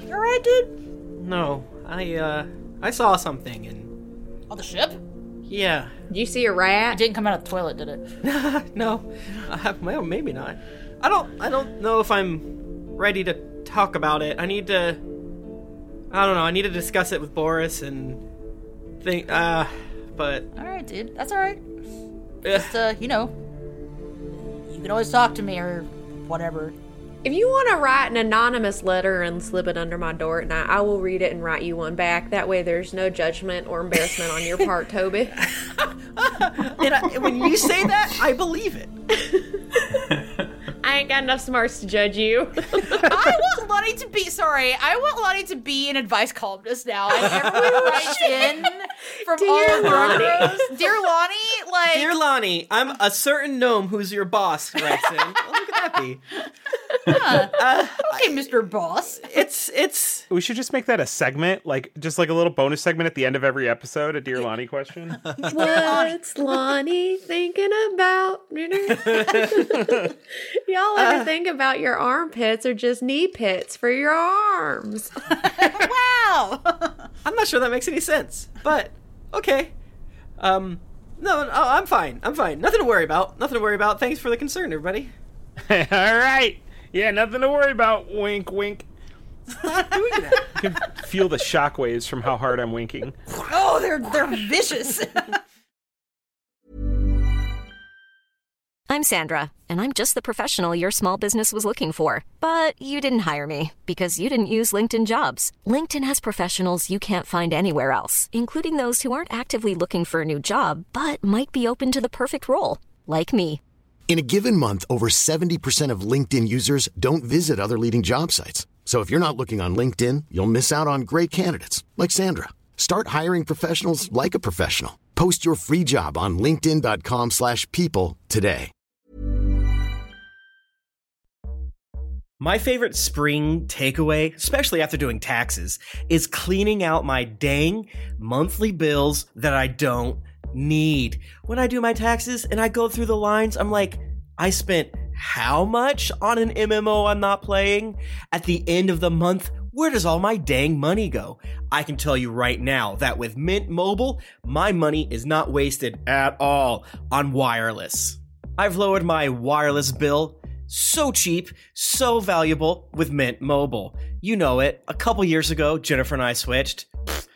[SPEAKER 3] "You all right, dude?
[SPEAKER 5] No, I uh I saw something and
[SPEAKER 3] On the ship?
[SPEAKER 5] yeah
[SPEAKER 4] Did you see a rat?
[SPEAKER 3] didn't come out of the toilet, did it?
[SPEAKER 5] no, uh, well maybe not. I don't I don't know if I'm ready to talk about it. I need to I don't know. I need to discuss it with Boris and think uh but
[SPEAKER 3] All right, dude. That's all right.
[SPEAKER 5] eh,
[SPEAKER 3] Just uh, you know, you can always talk to me or whatever.
[SPEAKER 4] If you want to write an anonymous letter and slip it under my door at night, I will read it and write you one back. That way, there's no judgment or embarrassment on your part, Toby.
[SPEAKER 5] and I, when you say that, I believe it.
[SPEAKER 4] I ain't got enough smarts to judge you.
[SPEAKER 3] I want Lonnie to be sorry. I want Lonnie to be an advice columnist now. And everyone writes in from all
[SPEAKER 5] Lonnie.
[SPEAKER 3] corners. Dear Lonnie, like
[SPEAKER 5] Dear Lonnie, I'm a certain gnome who's your boss, writes in. well, who could that be?
[SPEAKER 3] Uh, okay, Mr. Boss.
[SPEAKER 5] It's it's
[SPEAKER 2] We should just make that a segment, like just like a little bonus segment at the end of every episode, a Dear Lonnie question.
[SPEAKER 4] What's Lonnie thinking about? Y'all ever think about your armpits or just knee pits for your arms?
[SPEAKER 3] wow.
[SPEAKER 5] I'm not sure that makes any sense, but okay. Um, no, no, I'm fine. I'm fine. Nothing to worry about. Nothing to worry about. Thanks for the concern, everybody.
[SPEAKER 2] All right. Yeah, nothing to worry about. Wink, wink. You can feel the shockwaves from how hard I'm winking.
[SPEAKER 3] Oh, they're they're vicious.
[SPEAKER 11] I'm Sandra, and I'm just the professional your small business was looking for. But you didn't hire me because you didn't use LinkedIn jobs. LinkedIn has professionals you can't find anywhere else, including those who aren't actively looking for a new job but might be open to the perfect role, like me.
[SPEAKER 6] In a given month, over 70% of LinkedIn users don't visit other leading job sites. So if you're not looking on LinkedIn, you'll miss out on great candidates like Sandra. Start hiring professionals like a professional. Post your free job on linkedin.com/people slash people today.
[SPEAKER 5] My favorite spring takeaway, especially after doing taxes, is cleaning out my dang monthly bills that I don't need. When I do my taxes and I go through the lines, I'm like, I spent how much on an MMO I'm not playing? At the end of the month, where does all my dang money go? I can tell you right now that with Mint Mobile, my money is not wasted at all on wireless. I've lowered my wireless bill so cheap, so valuable with Mint Mobile. You know it. A couple years ago, Jennifer and I switched. Pfft,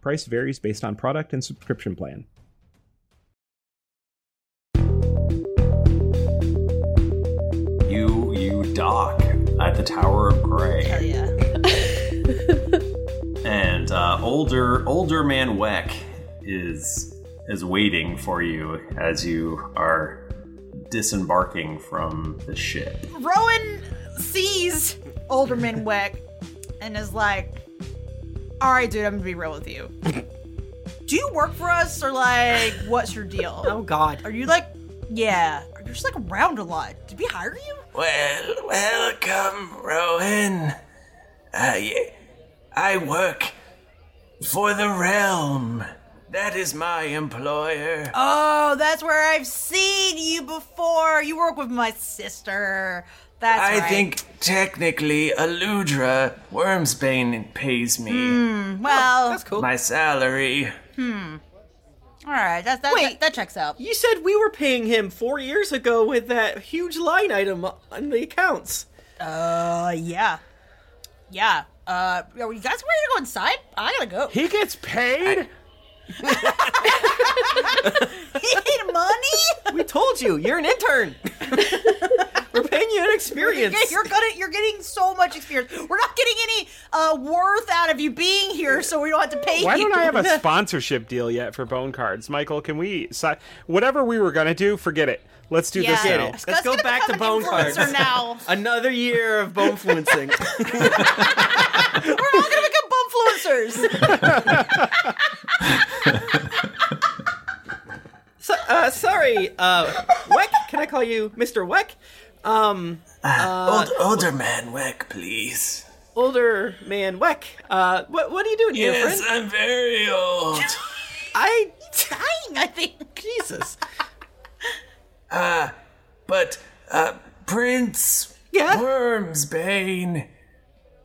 [SPEAKER 2] Price varies based on product and subscription plan.
[SPEAKER 1] You you dock at the Tower of Gray. Hell yeah. and uh, older older man Weck is is waiting for you as you are disembarking from the ship.
[SPEAKER 3] Rowan sees Alderman Weck and is like, "All right, dude, I'm gonna be real with you. Do you work for us, or like, what's your deal? oh
[SPEAKER 5] God,
[SPEAKER 3] are you like, yeah, are you just like around a lot? Did we hire you?
[SPEAKER 12] Well, welcome, Rowan. I, I work For the realm. That is my employer.
[SPEAKER 3] Oh, that's where I've seen you before. You work with my sister. That's
[SPEAKER 12] I
[SPEAKER 3] right.
[SPEAKER 12] think technically Aludra Wormsbane pays me.
[SPEAKER 3] Hmm, well, that's
[SPEAKER 12] My salary.
[SPEAKER 3] Hmm. All right. That's that, that. That checks out.
[SPEAKER 5] You said we were paying him four years ago with that huge line item on the accounts.
[SPEAKER 3] Uh, yeah. Yeah. Uh, are you guys ready to go inside? I gotta go.
[SPEAKER 2] He gets paid.
[SPEAKER 3] need money.
[SPEAKER 5] we told you, you're an intern. we're paying you an experience.
[SPEAKER 3] You're, you're gonna, you're getting so much experience. We're not getting any uh, worth out of you being here, so we don't have to pay
[SPEAKER 2] Why
[SPEAKER 3] you.
[SPEAKER 2] don't I have a sponsorship deal yet for bone cards, Michael? Can we si- whatever we were gonna do? Forget it. Let's do this
[SPEAKER 5] Forget
[SPEAKER 2] now.
[SPEAKER 5] it. Let's go back to bone cards.
[SPEAKER 3] influencer now.
[SPEAKER 5] Another year of bone fluencing.
[SPEAKER 3] We're all gonna become bumfluencers.
[SPEAKER 5] So, uh, sorry, uh, Weck. Can I call you Mr. Weck? Um, uh,
[SPEAKER 12] Old, Ah, older man, Weck, please.
[SPEAKER 5] older man Weck. Uh, what what are you doing here,
[SPEAKER 12] Yes,
[SPEAKER 5] friend?
[SPEAKER 12] I'm very old.
[SPEAKER 5] I
[SPEAKER 3] dying. I think
[SPEAKER 5] Jesus.
[SPEAKER 12] Uh, but uh, Prince Wormsbane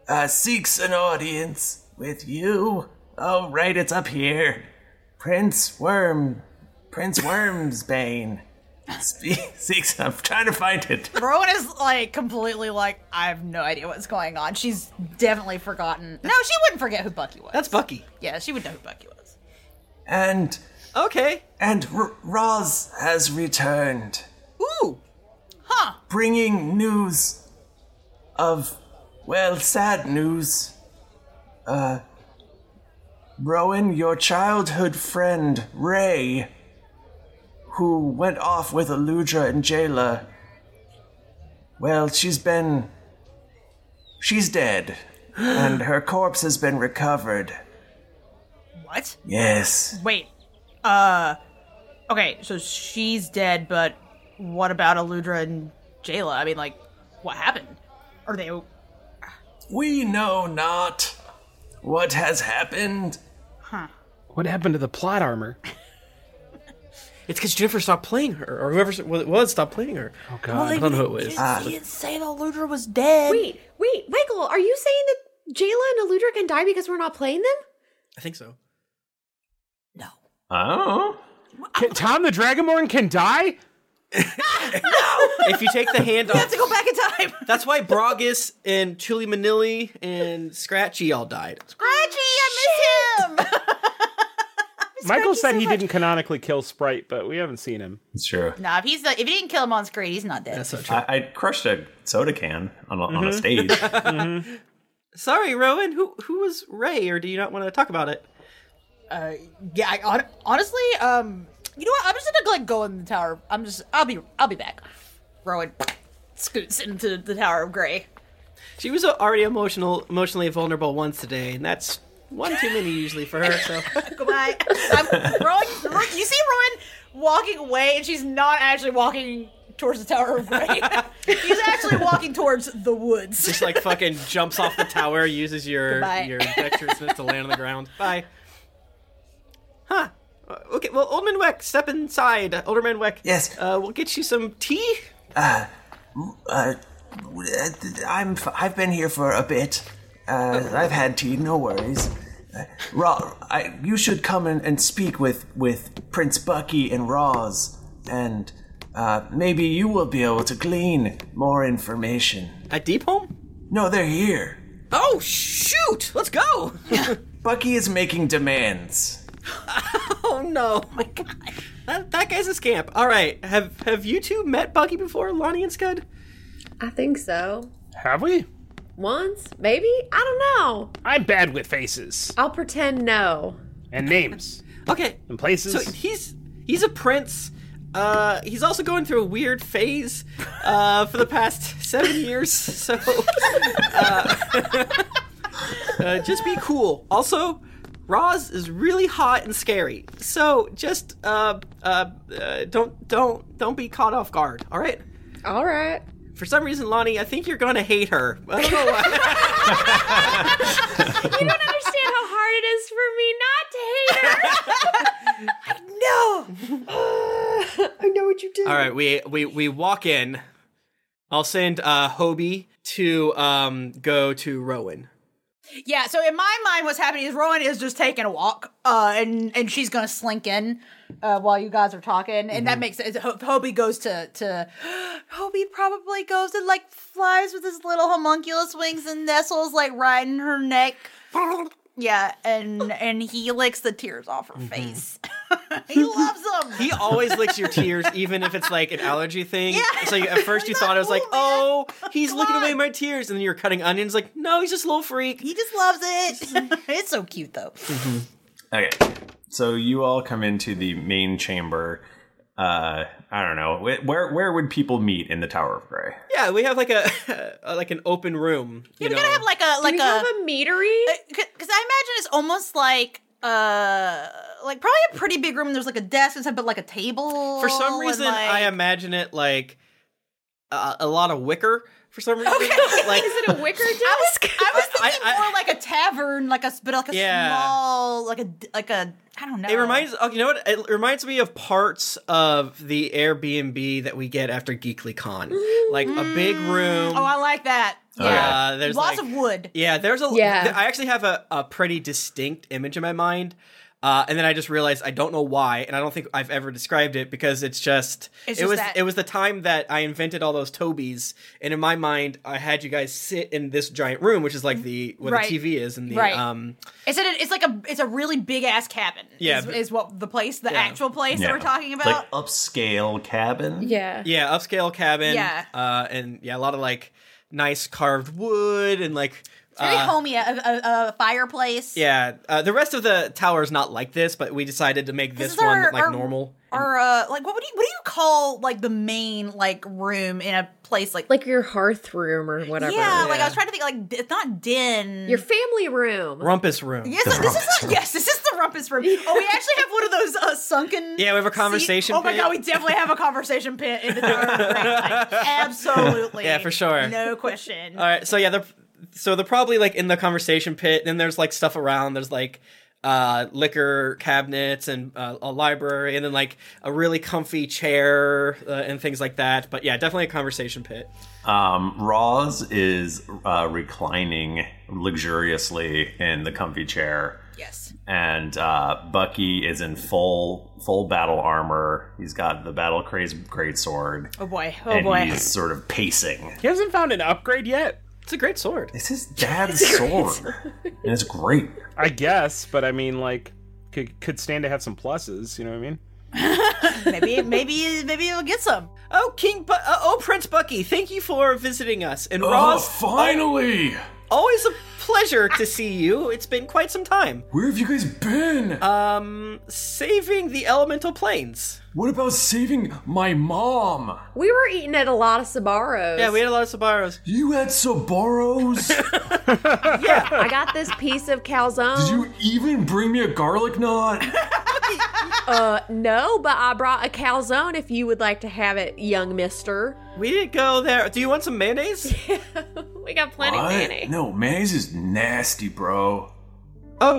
[SPEAKER 12] uh, seeks an audience with you. Oh, right, it's up here. Prince Worm, Prince Wormsbane spe- seeks. I'm trying to find it.
[SPEAKER 3] Rowan is like completely like I have no idea what's going on. She's definitely forgotten. No, she wouldn't forget who Bucky was.
[SPEAKER 5] That's Bucky.
[SPEAKER 3] Yeah, she would know who Bucky was.
[SPEAKER 12] And
[SPEAKER 5] okay.
[SPEAKER 12] And R- Roz has returned.
[SPEAKER 3] Ooh, huh?
[SPEAKER 12] Bringing news of, well, sad news. Uh, Rowan, your childhood friend Ray, who went off with Aludra and Jayla. Well, she's been. She's dead, and her corpse has been recovered.
[SPEAKER 3] What?
[SPEAKER 12] Yes.
[SPEAKER 3] Wait. Uh. Okay, so she's dead, but what about Aludra and Jayla? I mean, like, what happened? Are they?
[SPEAKER 12] We know not what has happened.
[SPEAKER 3] Huh.
[SPEAKER 2] What happened to the plot armor?
[SPEAKER 5] It's because Jennifer stopped playing her, or whoever s- well, it was stopped playing her. Ah,
[SPEAKER 2] Oh
[SPEAKER 5] I don't know who it was.
[SPEAKER 3] say that Ludra was dead.
[SPEAKER 4] Wait, wait, Michael, are you saying that Jayla and Aludra can die because we're not playing them?
[SPEAKER 5] I think so.
[SPEAKER 1] Oh.
[SPEAKER 2] Can, Tom the Dragonborn can die?
[SPEAKER 5] if you take the hand off, you have to
[SPEAKER 3] go back in time.
[SPEAKER 5] That's why Brogus and Chili Manili and Scratchy all died.
[SPEAKER 3] Scratchy, I miss him.
[SPEAKER 2] Michael said he didn't canonically kill Sprite, but we haven't seen him.
[SPEAKER 1] It's true.
[SPEAKER 3] Nah, if he's not, if he didn't kill him on screen, he's not dead.
[SPEAKER 1] I, I crushed a soda can on a, on a
[SPEAKER 2] Mm-hmm.
[SPEAKER 5] Mhm.
[SPEAKER 1] stage.
[SPEAKER 5] Sorry, Rowan. Who who was Ray, or do you not want to talk about it?
[SPEAKER 3] Uh, yeah. I, hon- honestly, um, you know what? I'm just gonna like go in the tower. I'm just, I'll be, I'll be back. Rowan scoots into the Tower of Gray.
[SPEAKER 5] She was already emotional, emotionally vulnerable once today, and that's one too many usually for her. So
[SPEAKER 3] Goodbye. I'm, Rowan, Ro- you see Rowan walking away, and she's not actually walking towards the Tower of Gray. She's actually walking towards the woods.
[SPEAKER 5] just like fucking jumps off the tower, uses your
[SPEAKER 3] Goodbye.
[SPEAKER 5] your dexterousness to land on the ground. Bye. Huh. Uh, Okay. Well, Old Man Weck, step inside. Older Man Weck.
[SPEAKER 12] Yes.
[SPEAKER 5] Uh, we'll get you some tea.
[SPEAKER 12] Uh, uh, I'm. I've been here for a bit. Uh, I've had tea. No worries. Uh, Ra, I, you should come in and speak with with Prince Bucky and Roz, and uh, maybe you will be able to glean more information.
[SPEAKER 5] At Deep Home?
[SPEAKER 12] No, they're here.
[SPEAKER 5] Oh shoot! Let's go.
[SPEAKER 12] Bucky is making demands.
[SPEAKER 5] Oh no! my god, that, that guy's a scamp. All right, have have you two met Bucky before, Lonnie and Scud?
[SPEAKER 4] I think so.
[SPEAKER 2] Have we?
[SPEAKER 4] Once, maybe? I don't know.
[SPEAKER 2] I'm bad with faces
[SPEAKER 4] I'll pretend no.
[SPEAKER 2] and names.
[SPEAKER 5] Okay.
[SPEAKER 2] And places.
[SPEAKER 5] So he's he's a prince. Uh, he's also going through a weird phase uh, for the past seven years. So uh, uh, just be cool. Also, Roz is really hot and scary. So just uh, uh, uh, don't don't don't be caught off guard. All right.
[SPEAKER 4] All right.
[SPEAKER 5] For some reason, Lonnie, I think you're gonna Oh, hate her. I don't know why.
[SPEAKER 4] you don't understand how hard it is for for me not to hate her.
[SPEAKER 3] No.
[SPEAKER 4] I know what you did.
[SPEAKER 5] All right, we we we walk in. I'll send uh Hobie to um go to Rowan.
[SPEAKER 3] Yeah, so in my mind, what's happening is Rowan is just taking a walk, uh, and and she's gonna slink in uh, while you guys are talking, and that
[SPEAKER 5] Mhm.
[SPEAKER 3] makes sense. Ho- Hobie goes to to Hobie probably goes and like flies with his little homunculus wings and nestles like right in her neck. Yeah, and and he licks the tears off her face. Mm-hmm. he loves them.
[SPEAKER 5] He always licks your tears, even if it's like an allergy thing. So you, at first you thought it was like, oh, he's licking away my tears, and then you're cutting onions. Like, no, he's just a little freak.
[SPEAKER 3] He just loves it. it's so cute though.
[SPEAKER 1] Mm-hmm. Okay. So you all come into the main chamber. Uh, I don't know wh- where where would people meet in the Tower of Gray?
[SPEAKER 5] Yeah, we have like a like an open room. You know?
[SPEAKER 3] have like a like
[SPEAKER 4] we
[SPEAKER 3] a,
[SPEAKER 4] have a
[SPEAKER 3] meadery because I imagine it's almost like uh like probably a pretty big room. and There's like a desk and stuff, but like a table.
[SPEAKER 5] For some
[SPEAKER 3] and,
[SPEAKER 5] reason,
[SPEAKER 3] like-
[SPEAKER 5] I imagine it like a, a lot of wicker. For some reason, like
[SPEAKER 4] Is it a wicker desk?
[SPEAKER 3] I was thinking more like a tavern, like a but like a
[SPEAKER 5] Yeah.
[SPEAKER 3] small, like a like a I don't know.
[SPEAKER 5] It reminds oh, you know what? It reminds me of parts of the Airbnb that we get after GeeklyCon, like a big room.
[SPEAKER 3] Oh, I like that.
[SPEAKER 5] Uh,
[SPEAKER 3] Yeah,
[SPEAKER 5] there's
[SPEAKER 3] lots
[SPEAKER 5] like-
[SPEAKER 3] of wood.
[SPEAKER 5] yeah, there's a.
[SPEAKER 3] Yeah.
[SPEAKER 5] th- I actually have a, a pretty distinct image in my mind, uh, and then I just realized I don't know why, and I don't think I've ever described it because it's just
[SPEAKER 12] It's
[SPEAKER 5] it
[SPEAKER 12] just
[SPEAKER 5] was
[SPEAKER 12] that-
[SPEAKER 5] it was the time that I invented all those Tobys, and in my mind I had you guys sit in this giant room, which is like the where
[SPEAKER 3] Right.
[SPEAKER 5] the TV is and the
[SPEAKER 3] Right.
[SPEAKER 5] um
[SPEAKER 3] It's a, it's like a it's a really big ass cabin.
[SPEAKER 5] Yeah,
[SPEAKER 3] is,
[SPEAKER 5] but-
[SPEAKER 3] is what the place, the
[SPEAKER 5] Yeah.
[SPEAKER 3] actual place that
[SPEAKER 5] Yeah.
[SPEAKER 3] we're talking about.
[SPEAKER 1] Like upscale cabin.
[SPEAKER 4] Yeah.
[SPEAKER 5] Yeah, upscale cabin.
[SPEAKER 3] Yeah.
[SPEAKER 5] Uh, and yeah, a lot of like nice carved wood and like.
[SPEAKER 3] it's very
[SPEAKER 5] uh,
[SPEAKER 3] homey, a, a, a fireplace.
[SPEAKER 5] Yeah. Uh, the rest of the tower is not like this, but we decided to make this,
[SPEAKER 3] is
[SPEAKER 5] one
[SPEAKER 3] our-
[SPEAKER 5] like
[SPEAKER 3] our-
[SPEAKER 5] normal.
[SPEAKER 3] or uh like what would you what do you call like the main like room in a place like
[SPEAKER 4] like your hearth room or whatever.
[SPEAKER 3] yeah, like I was trying to think like d- it's not din
[SPEAKER 4] your family room.
[SPEAKER 5] Rumpus room.
[SPEAKER 3] Yes, this is not, yes, this is the rumpus room. Oh, we actually have one of those uh, sunken.
[SPEAKER 5] Yeah, we have a conversation
[SPEAKER 3] Seat. Oh my
[SPEAKER 5] pit.
[SPEAKER 3] god, we definitely have a conversation pit in the tower. of Grain. Like, absolutely.
[SPEAKER 5] Yeah, for sure.
[SPEAKER 3] No question.
[SPEAKER 5] All right. So yeah, they're so they're probably like in the conversation pit. Then there's like stuff around. There's like uh liquor cabinets and uh, a library and then like a really comfy chair uh, and things like that but yeah definitely a conversation pit
[SPEAKER 1] Um, Roz is uh, reclining luxuriously in the comfy chair.
[SPEAKER 3] Yes.
[SPEAKER 1] And uh, Bucky is in full full battle armor. He's got the battle craze great sword.
[SPEAKER 3] Oh boy.
[SPEAKER 2] Oh
[SPEAKER 1] and
[SPEAKER 2] boy.
[SPEAKER 1] He's sort of pacing.
[SPEAKER 2] He hasn't found an upgrade yet.
[SPEAKER 5] It's a great sword.
[SPEAKER 1] It's his dad's sword. And it's great.
[SPEAKER 2] I guess, but I mean, like, could could stand to have some pluses. You know what I mean?
[SPEAKER 3] maybe maybe maybe you'll get some.
[SPEAKER 5] Oh, King, Bu- uh, oh Prince Bucky, thank you for visiting us. And
[SPEAKER 1] Oh,
[SPEAKER 5] Ross,
[SPEAKER 1] finally!
[SPEAKER 5] always a pleasure to see you. It's been quite some time.
[SPEAKER 1] Where have you guys been?
[SPEAKER 5] Um, saving the elemental planes.
[SPEAKER 1] What about saving my mom?
[SPEAKER 4] We were eating at a lot of Sabaros.
[SPEAKER 5] Yeah, we had a lot of Sabaros.
[SPEAKER 1] You had Sabaros?
[SPEAKER 4] yeah. I got this piece of calzone.
[SPEAKER 1] Did you even bring me a garlic knot?
[SPEAKER 4] uh, no, but I brought a calzone if you would like to have it, young mister.
[SPEAKER 5] We didn't go there. Do you want some mayonnaise?
[SPEAKER 4] we got plenty of
[SPEAKER 1] What?
[SPEAKER 4] mayonnaise.
[SPEAKER 1] No, mayonnaise is nasty, bro.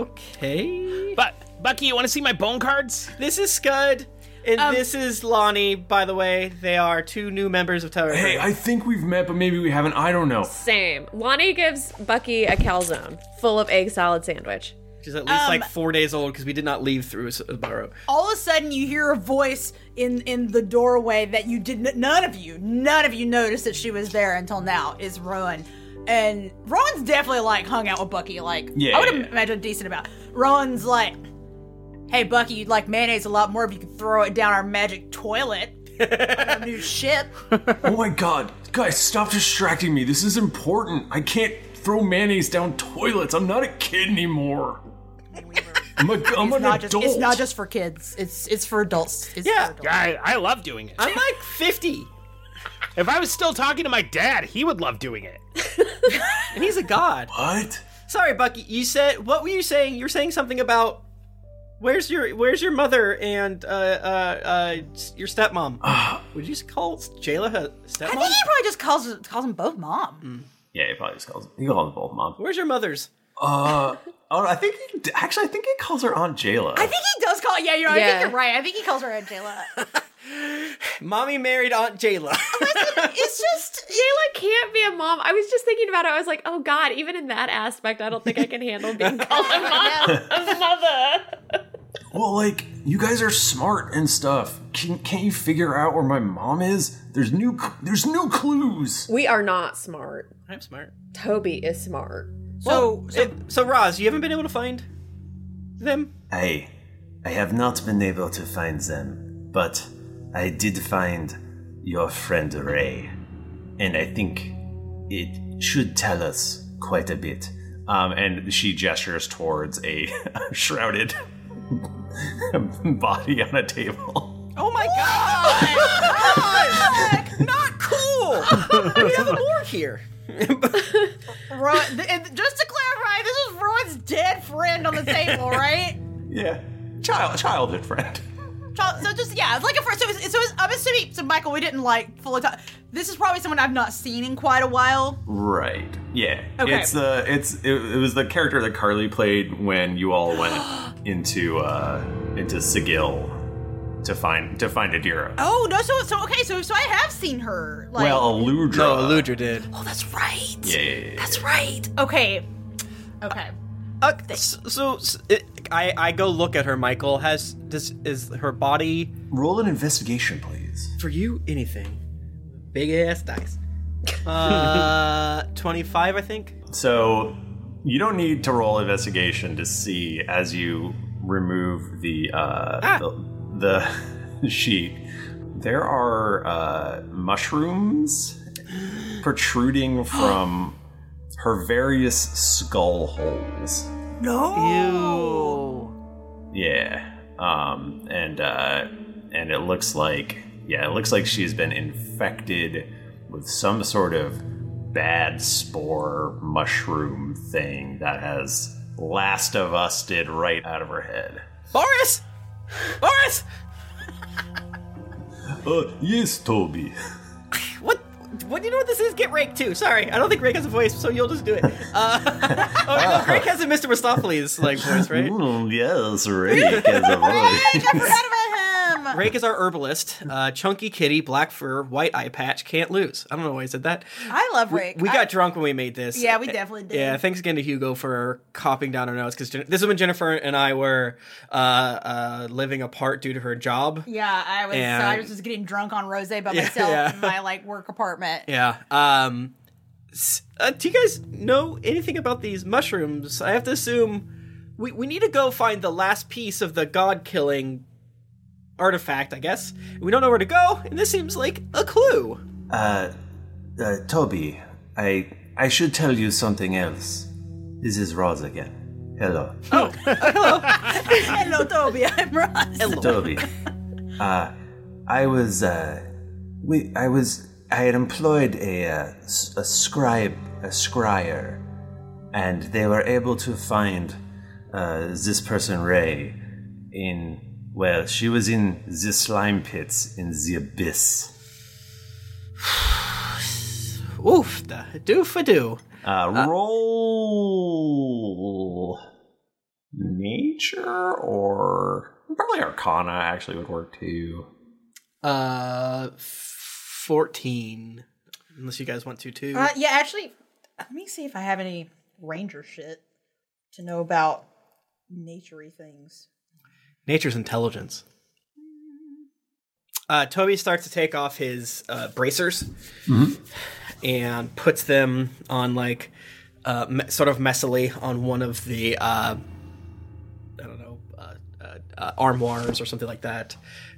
[SPEAKER 5] Okay.
[SPEAKER 2] But Bucky, you want to see my bone cards?
[SPEAKER 5] This is Scud, and this is Lonnie. By the way, they are two new members of Tower.
[SPEAKER 1] Hey, I think we've met, but maybe we haven't. I don't know.
[SPEAKER 4] Same. Lonnie gives Bucky a calzone full of egg salad sandwich.
[SPEAKER 5] which is at least
[SPEAKER 3] Um,
[SPEAKER 5] like four days old because we did not leave through Sabaro.
[SPEAKER 3] all of a sudden you hear a voice in in the doorway that you didn't none of you none of you noticed that she was there until now is rowan and rowan's definitely like hung out with bucky like
[SPEAKER 13] Yeah,
[SPEAKER 3] i would
[SPEAKER 13] yeah, yeah.
[SPEAKER 3] imagine a decent amount rowan's like hey bucky you'd like mayonnaise a lot more if you could throw it down our magic toilet on our new ship
[SPEAKER 1] oh my god. Guys, stop distracting me. This is important. I can't throw mayonnaise down toilets. I'm not a kid anymore. I'm, a, I'm
[SPEAKER 3] it's,
[SPEAKER 1] an
[SPEAKER 3] not just,
[SPEAKER 1] adult.
[SPEAKER 3] it's not just for kids it's it's for adults it's
[SPEAKER 2] Yeah,
[SPEAKER 3] for
[SPEAKER 2] I, I love doing it.
[SPEAKER 5] I'm like 50.
[SPEAKER 2] If I was still talking to my dad, he would love doing it.
[SPEAKER 5] and he's a god.
[SPEAKER 1] What?
[SPEAKER 5] Sorry, Bucky. You said what were you saying? You were saying something about where's your where's your mother and uh uh, uh s- your stepmom? Would you call Jayla her
[SPEAKER 3] i
[SPEAKER 5] stepmom? Hmm.
[SPEAKER 3] think he probably just calls calls them both mom
[SPEAKER 1] Yeah, he probably just calls. He calls both mom.
[SPEAKER 5] Where's your mother's?
[SPEAKER 1] Uh, Oh, I think he, actually, I think he calls her Aunt Jayla.
[SPEAKER 3] I think he does call. Yeah, you know, I
[SPEAKER 1] Yeah.
[SPEAKER 3] think you're right. I think he calls her Aunt Jayla.
[SPEAKER 5] Mommy married Aunt Jayla.
[SPEAKER 4] it's just Jayla can't be a mom. I was just thinking about it. I was like, oh god, even in that aspect, I don't think I can handle being called a mom, a mother.
[SPEAKER 1] Well, like you guys are smart and stuff. Can, can't you figure out where my mom is? There's new. cl- There's new clues.
[SPEAKER 4] We are not smart.
[SPEAKER 5] I'm smart.
[SPEAKER 4] Toby is smart.
[SPEAKER 5] So, so, Oh, so Roz, you haven't been able to find them.
[SPEAKER 12] I, I have not been able to find them, but I did find your friend Ray, and I think it should tell us quite a bit.
[SPEAKER 1] Um, and she gestures towards a shrouded body on a table.
[SPEAKER 5] Oh my god! Roz! Not cool. we have a war here.
[SPEAKER 3] Ro- th- and just to clarify, this is Rowan's dead friend on the table, right?
[SPEAKER 1] Yeah, child, childhood friend.
[SPEAKER 3] Child- So just yeah, it's like a friend. So, it's, so it's, I'm assuming. So Michael, we didn't like full of time. This is probably someone I've not seen in quite a while.
[SPEAKER 1] Right. Yeah.
[SPEAKER 3] Okay.
[SPEAKER 1] It's the it's it, it was the character that Carly played when you all went into uh into Sigil to find to find Adira.
[SPEAKER 3] Oh no! So so okay. So so I have seen her. Like,
[SPEAKER 1] well, Aludra. No,
[SPEAKER 5] Aludra did.
[SPEAKER 3] oh, that's right.
[SPEAKER 1] Yeah. yeah, yeah.
[SPEAKER 3] That's right. Okay. Okay.
[SPEAKER 5] Uh, so, so s- it, I I go look at her. Michael has this is her body.
[SPEAKER 1] Roll an investigation, please.
[SPEAKER 5] For you, anything. Big ass dice. Uh, twenty five, I think.
[SPEAKER 1] So you don't need to roll investigation to see as you remove the uh,
[SPEAKER 3] Ah!
[SPEAKER 1] the, the sheet. There are uh, mushrooms protruding from her various skull holes.
[SPEAKER 5] No.
[SPEAKER 1] Yeah, um, and uh, and it looks like yeah, it looks like she's been infected with some sort of bad spore mushroom thing that has Last of Us did right out of her head.
[SPEAKER 5] Boris. Boris.
[SPEAKER 1] Uh, yes, Toby.
[SPEAKER 5] What do you know what this is? Get Rake too. Sorry, I don't think Rake has a voice, so you'll just do it. Uh, oh no, Rake has a Mr. Mistopheles like voice, right?
[SPEAKER 12] Mm,
[SPEAKER 1] yes, Rake has a voice.
[SPEAKER 5] Rake is our herbalist. Uh, chunky kitty, black fur, white eye patch, can't lose. I don't know why I said that.
[SPEAKER 3] I love
[SPEAKER 5] We-
[SPEAKER 3] Rick.
[SPEAKER 5] We, got drunk when we made this.
[SPEAKER 3] Yeah, we definitely did.
[SPEAKER 5] Yeah, thanks again to Hugo for copying down our notes because this is when Jennifer and I were uh, uh, living apart due to her job.
[SPEAKER 3] Yeah, I was.
[SPEAKER 5] And-
[SPEAKER 3] I was just getting drunk on rose by
[SPEAKER 5] Yeah,
[SPEAKER 3] myself
[SPEAKER 5] yeah.
[SPEAKER 3] in my like work apartment.
[SPEAKER 5] Yeah. Um, s- uh, do you guys know anything about these mushrooms? I have to assume we, we need to go find the last piece of the god killing artifact, I guess. We don't know where to go, and this seems like a clue.
[SPEAKER 12] Uh, uh, Toby, I I should tell you something else. This is Roz again. Hello,
[SPEAKER 3] Hello, Toby. I'm Ross.
[SPEAKER 12] Toby. Uh, I was uh, we I was I had employed a uh, s- a scribe a scryer, and they were able to find uh, this person Ray in well she was in the slime pits in the abyss.
[SPEAKER 5] Oof, da doof a doo.
[SPEAKER 1] Uh, roll nature or probably Arcana actually would work too.
[SPEAKER 5] Uh, 14. Unless you guys want to, too.
[SPEAKER 3] Uh, yeah, actually, let me see if I have any ranger shit to know about naturey things.
[SPEAKER 5] Nature's intelligence. Uh, Toby starts to take off his uh, bracers and puts them on like uh, me- sort of messily on one of the uh, I don't know uh, uh, uh, armoires or something like that,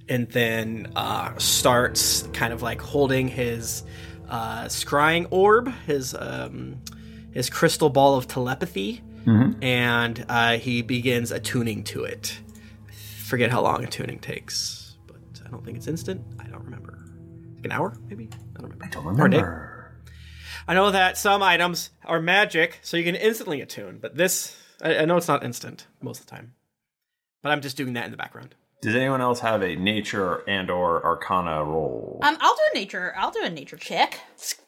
[SPEAKER 5] and then uh, starts kind of like holding his uh, scrying orb, his um, his crystal ball of telepathy,
[SPEAKER 9] Mhm.
[SPEAKER 5] and uh, he begins attuning to it. Forget how long attuning takes, but I don't think it's instant. I don't remember. Like an hour, maybe. I don't remember. I don't I know that some items are magic, so you can instantly attune, but this, I, I know it's not instant most of the time. But I'm just doing that in the background.
[SPEAKER 1] Does anyone else have a nature and or Arcana roll?
[SPEAKER 3] Um, I'll do a nature. I'll do a nature check.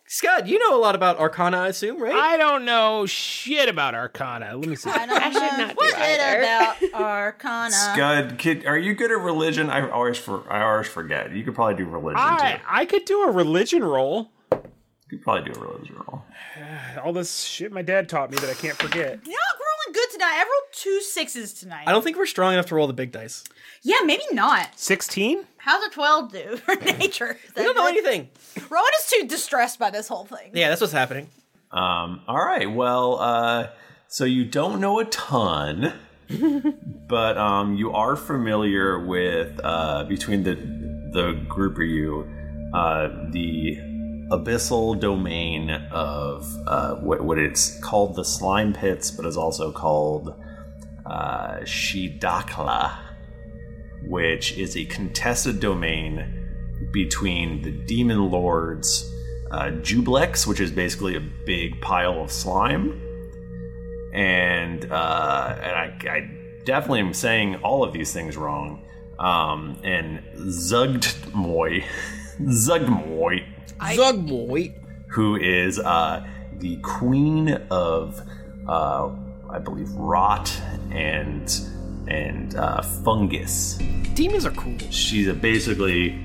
[SPEAKER 5] Scott, you know a lot about Arcana, I assume, right?
[SPEAKER 2] I don't know shit about Arcana. Let me see.
[SPEAKER 3] I, don't I should not what it about Arcana.
[SPEAKER 1] Scud, kid, are you good at religion? I always for I always forget. You could probably do religion
[SPEAKER 2] I,
[SPEAKER 1] too.
[SPEAKER 2] I could do a religion roll.
[SPEAKER 1] You could probably do a religion roll.
[SPEAKER 2] All this shit my dad taught me that I can't forget.
[SPEAKER 3] You're not rolling good tonight. I rolled two sixes tonight.
[SPEAKER 5] I don't think we're strong enough to roll the big dice.
[SPEAKER 3] Yeah, maybe not.
[SPEAKER 2] 16?
[SPEAKER 3] How's a 12 do for nature?
[SPEAKER 5] We don't know anything.
[SPEAKER 3] Rowan is too distressed by this whole thing.
[SPEAKER 5] Yeah, that's what's happening.
[SPEAKER 1] Um, all right. Well, uh, so you don't know a ton, but um, you are familiar with uh, between the the group of you, uh, the abyssal domain of uh, what, what it's called the slime pits, but is also called uh, Shidakla, which is a contested domain between the demon lords uh, Jublex, which is basically a big pile of slime, and uh, and I, I definitely am saying all of these things wrong. Um, and Zugdmoy, Zugdmoy,
[SPEAKER 5] Zugmoy,
[SPEAKER 1] who is uh, the queen of, uh, I believe, rot and and uh, fungus.
[SPEAKER 5] Demons are cool.
[SPEAKER 1] She's a, basically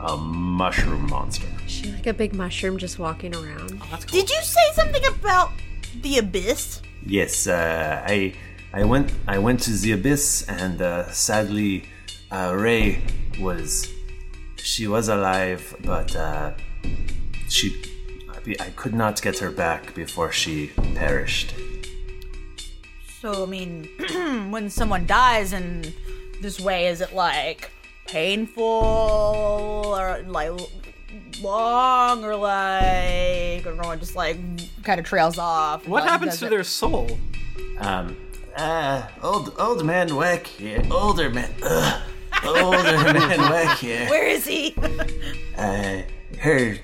[SPEAKER 1] a mushroom monster.
[SPEAKER 4] She like a big mushroom just walking
[SPEAKER 5] Oh,
[SPEAKER 4] around.
[SPEAKER 3] Did you say something about the abyss?
[SPEAKER 12] Yes, uh, I I went I went to the abyss, and uh, sadly, uh, Ray was she was alive, but uh, she I could not get her back before she perished.
[SPEAKER 3] So, I mean, when someone dies in this way, is it like painful or like long or like everyone just like kind of trails off?
[SPEAKER 5] What happens to their soul?
[SPEAKER 12] Um, uh, old old man Weck here, older man, ugh, older man Weck here.
[SPEAKER 3] Where is he?
[SPEAKER 12] uh, her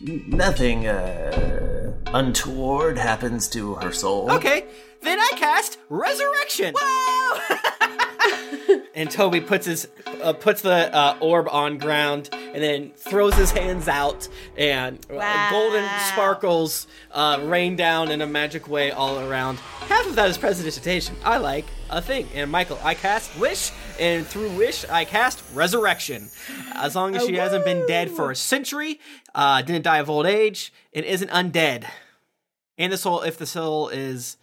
[SPEAKER 12] nothing uh, untoward happens to her soul.
[SPEAKER 5] Okay, then I cast Resurrection. and Toby puts his uh, puts the uh, orb on ground and then throws his hands out and uh,
[SPEAKER 3] Wow.
[SPEAKER 5] golden sparkles uh, rain down in a magic way all around. Half of that is prestidigitation. I like a thing. And Michael, I cast wish, and through wish I cast resurrection. As long as she hasn't been dead for a century, uh, didn't die of old age, and isn't undead. And the soul, if the soul is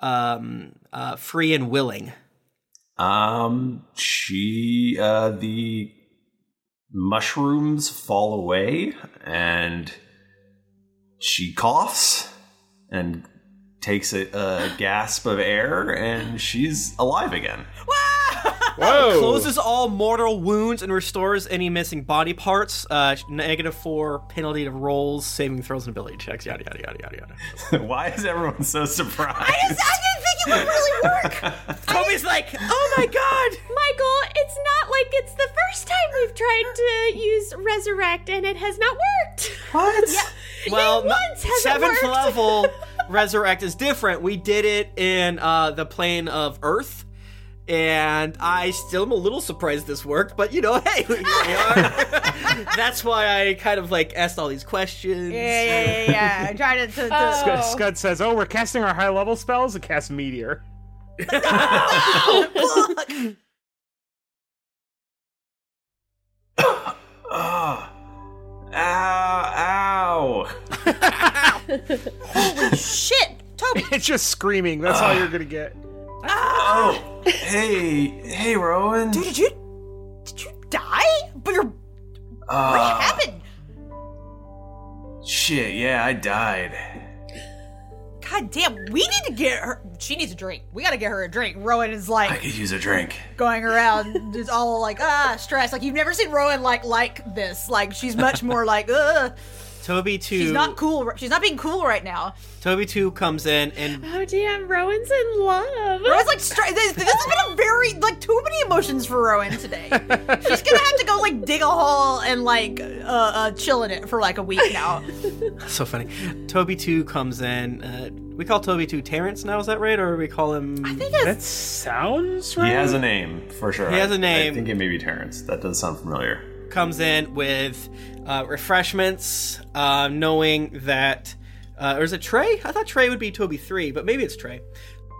[SPEAKER 5] um, uh, free and willing.
[SPEAKER 1] Um, she, uh, the mushrooms fall away and she coughs and takes a, a gasp of air and she's alive again.
[SPEAKER 5] Whoa! Closes all mortal wounds and restores any missing body parts. Uh, negative four penalty to rolls, saving throws, and ability checks. Yada yada yada yada yada.
[SPEAKER 1] Why is everyone so surprised?
[SPEAKER 5] Toby's like, oh my god!
[SPEAKER 4] Michael, it's not like it's the first time we've tried to use resurrect and it has not worked.
[SPEAKER 12] What?
[SPEAKER 5] Well, no-
[SPEAKER 4] once has it
[SPEAKER 5] seventh
[SPEAKER 4] worked?
[SPEAKER 5] level resurrect is different. We did it in uh, the plane of Earth. And I still am a little surprised this worked, but you know, hey, here we are. That's why I kind of like asked all these questions.
[SPEAKER 3] Yeah, yeah, yeah, yeah. I tried to. to, to
[SPEAKER 2] Scud, Scud says, "Oh, we're casting our high level spells and cast meteor."
[SPEAKER 1] Ah, ow, ow.
[SPEAKER 3] Holy shit, Toby!
[SPEAKER 2] it's just screaming. That's all you're gonna get.
[SPEAKER 1] Oh, hey, hey, Rowan.
[SPEAKER 3] Ah. Dude, did you did you die? But you're what
[SPEAKER 12] Ah,
[SPEAKER 3] happened?
[SPEAKER 12] shit, yeah, I died.
[SPEAKER 3] God damn, we need to get her. She needs a drink. We gotta get her a drink. Rowan is like
[SPEAKER 12] I could use a drink.
[SPEAKER 3] going around, just all like ah stressed. Like you've never seen Rowan like like this. Like she's much more like ugh.
[SPEAKER 5] Toby 2
[SPEAKER 3] She's not cool. She's not being cool right now.
[SPEAKER 5] Toby 2 comes in and
[SPEAKER 4] Oh damn, Rowan's in love.
[SPEAKER 3] Rowan's like stre- this, this has been a very like too many emotions for Rowan today. She's gonna have to go like dig a hole and like uh, uh chill in it for like a week now.
[SPEAKER 5] so funny. Toby two comes in. Uh, we call Toby two Terrence now. Is that right, or we call him? I think
[SPEAKER 2] that sounds
[SPEAKER 1] He has a name for sure.
[SPEAKER 5] He has
[SPEAKER 1] a
[SPEAKER 5] a name.
[SPEAKER 1] I think it may be Terrence. That does sound familiar.
[SPEAKER 5] comes in with uh, refreshments, uh, knowing that. Uh, or is it Trey? I thought Trey would be Toby 3, but maybe it's Trey.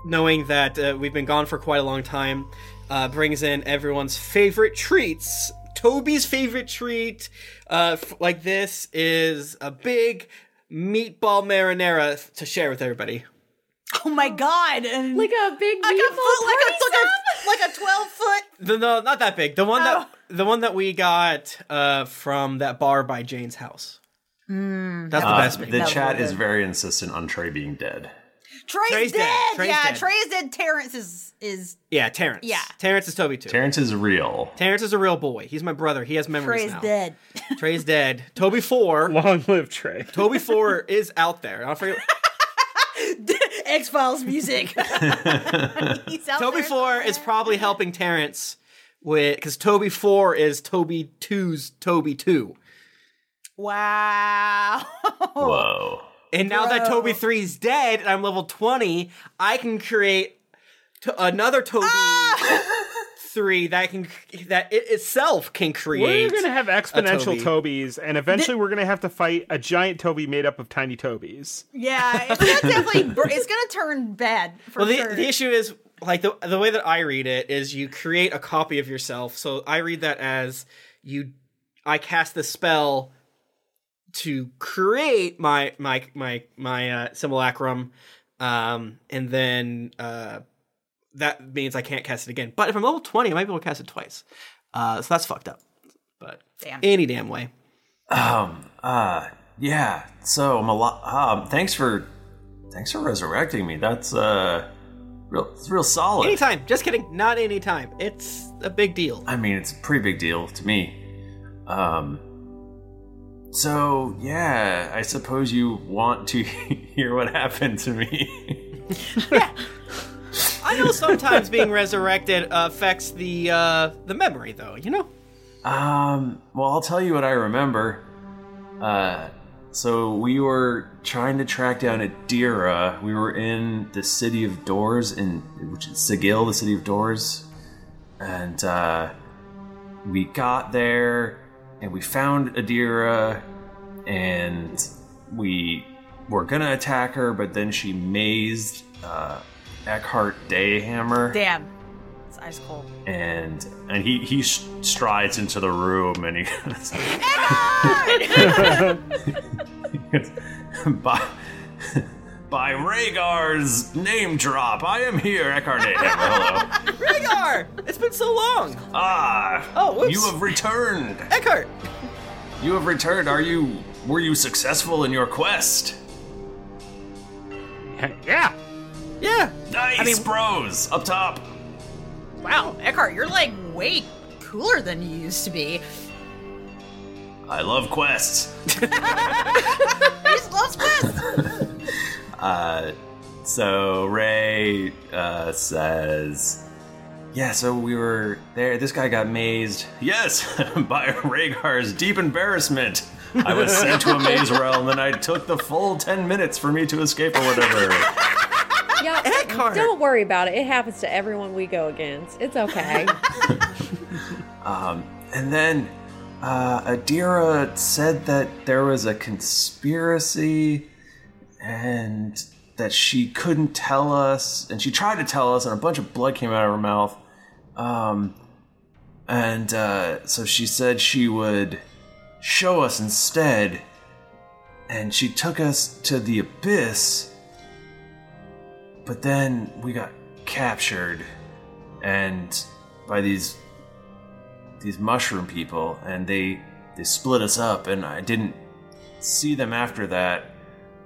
[SPEAKER 5] Knowing that uh, we've been gone for quite a long time, uh, brings in everyone's favorite treats. Toby's favorite treat, uh, f- like this, is a big meatball marinara f- to share with everybody.
[SPEAKER 3] Oh my god! And
[SPEAKER 4] like a big,
[SPEAKER 3] like a foot, like a like a, like a twelve foot.
[SPEAKER 5] The, no, not that big. The one that
[SPEAKER 3] Oh.
[SPEAKER 5] the one that we got uh, from that bar by Jane's house.
[SPEAKER 3] Mm-hmm.
[SPEAKER 5] That's the
[SPEAKER 1] Uh,
[SPEAKER 5] best bit.
[SPEAKER 1] The chat is very insistent on Trey being dead.
[SPEAKER 3] Trey's,
[SPEAKER 5] Trey's
[SPEAKER 3] dead.
[SPEAKER 5] dead. Trey's
[SPEAKER 3] yeah,
[SPEAKER 5] dead.
[SPEAKER 3] Trey's dead. Terrence is is
[SPEAKER 5] Yeah, Terrence.
[SPEAKER 3] Yeah.
[SPEAKER 5] Terrence is Toby too.
[SPEAKER 1] Terrence is real.
[SPEAKER 5] Terrence is a real boy. He's my brother. He has memories
[SPEAKER 3] Trey's
[SPEAKER 5] now.
[SPEAKER 3] dead.
[SPEAKER 5] Trey's dead. Toby four. Long
[SPEAKER 2] live Trey.
[SPEAKER 5] Toby four is out there. I forget.
[SPEAKER 3] X Files music.
[SPEAKER 5] Toby four is probably helping Terrence with because Toby four is Toby 2's Toby two.
[SPEAKER 3] wow.
[SPEAKER 1] Whoa.
[SPEAKER 5] And now that Toby 3 is dead and I'm level 20, I can create to- another Toby 3 that can that it itself can create.
[SPEAKER 2] We're gonna have
[SPEAKER 5] a
[SPEAKER 2] exponential
[SPEAKER 5] Toby.
[SPEAKER 2] Tobies, and eventually we're gonna have to fight a giant Toby made up of tiny Tobies.
[SPEAKER 3] Yeah, it's gonna definitely bur- it's gonna turn bad for
[SPEAKER 5] Well, the,
[SPEAKER 3] sure.
[SPEAKER 5] the issue is like the the way that I read it is you create a copy of yourself. So I read that as you I cast the spell to create my my my my uh, simulacrum, um, and then uh, that means I can't cast it again. But if I'm level twenty, I might be able to cast it twice. Uh, so that's fucked up. But
[SPEAKER 3] Damn.
[SPEAKER 5] any damn way.
[SPEAKER 1] Um. Uh. Yeah. So I'm a lot. Um. Thanks for. Thanks for resurrecting me. That's uh. Real. It's real solid.
[SPEAKER 5] Anytime. Just kidding. Not anytime. It's a big deal.
[SPEAKER 1] I mean, it's a pretty big deal to me. Um. So yeah, I suppose you want to hear what happened to me.
[SPEAKER 5] I know sometimes being resurrected affects the uh, the memory, though. You know.
[SPEAKER 1] Um, well, I'll tell you what I remember. Uh, so we were trying to track down Adira. We were in the city of Doors, in which is Sigil, the city of Doors, and uh, we got there and we found Adira, and we were gonna attack her, but then she mazed uh, Eckhart Dayhammer
[SPEAKER 3] Damn, it's ice cold.
[SPEAKER 1] and and he he s- strides into the room and he goes, by by Rhaegar's name drop, I am here, Eckhart Hello.
[SPEAKER 5] Rhaegar! It's been so long!
[SPEAKER 1] Ah,
[SPEAKER 5] Oh, whoops.
[SPEAKER 1] you have returned.
[SPEAKER 5] Eckhart!
[SPEAKER 1] You have returned. Are you? Were you successful in your quest?
[SPEAKER 2] Yeah.
[SPEAKER 5] Yeah.
[SPEAKER 1] Nice, bros. Up top.
[SPEAKER 3] Wow, Eckhart, you're like way cooler than you used to be.
[SPEAKER 1] I love quests.
[SPEAKER 3] I just love Swiss.
[SPEAKER 1] Uh, so Ray uh, says, "Yeah, so we were there. This guy got mazed. Yes, by Rhaegar's deep embarrassment. I was sent to a maze realm, and I took the full ten minutes for me to escape or whatever.
[SPEAKER 4] Yeah, don't worry about it. It happens to everyone we go against. It's okay.
[SPEAKER 1] Um, and then uh, Adira said that there was a conspiracy, and that she couldn't tell us, and she tried to tell us, and a bunch of blood came out of her mouth. Um, and uh, so she said she would show us instead, and she took us to the abyss. But then we got captured, and by these these mushroom people and they they split us up and I didn't see them after that.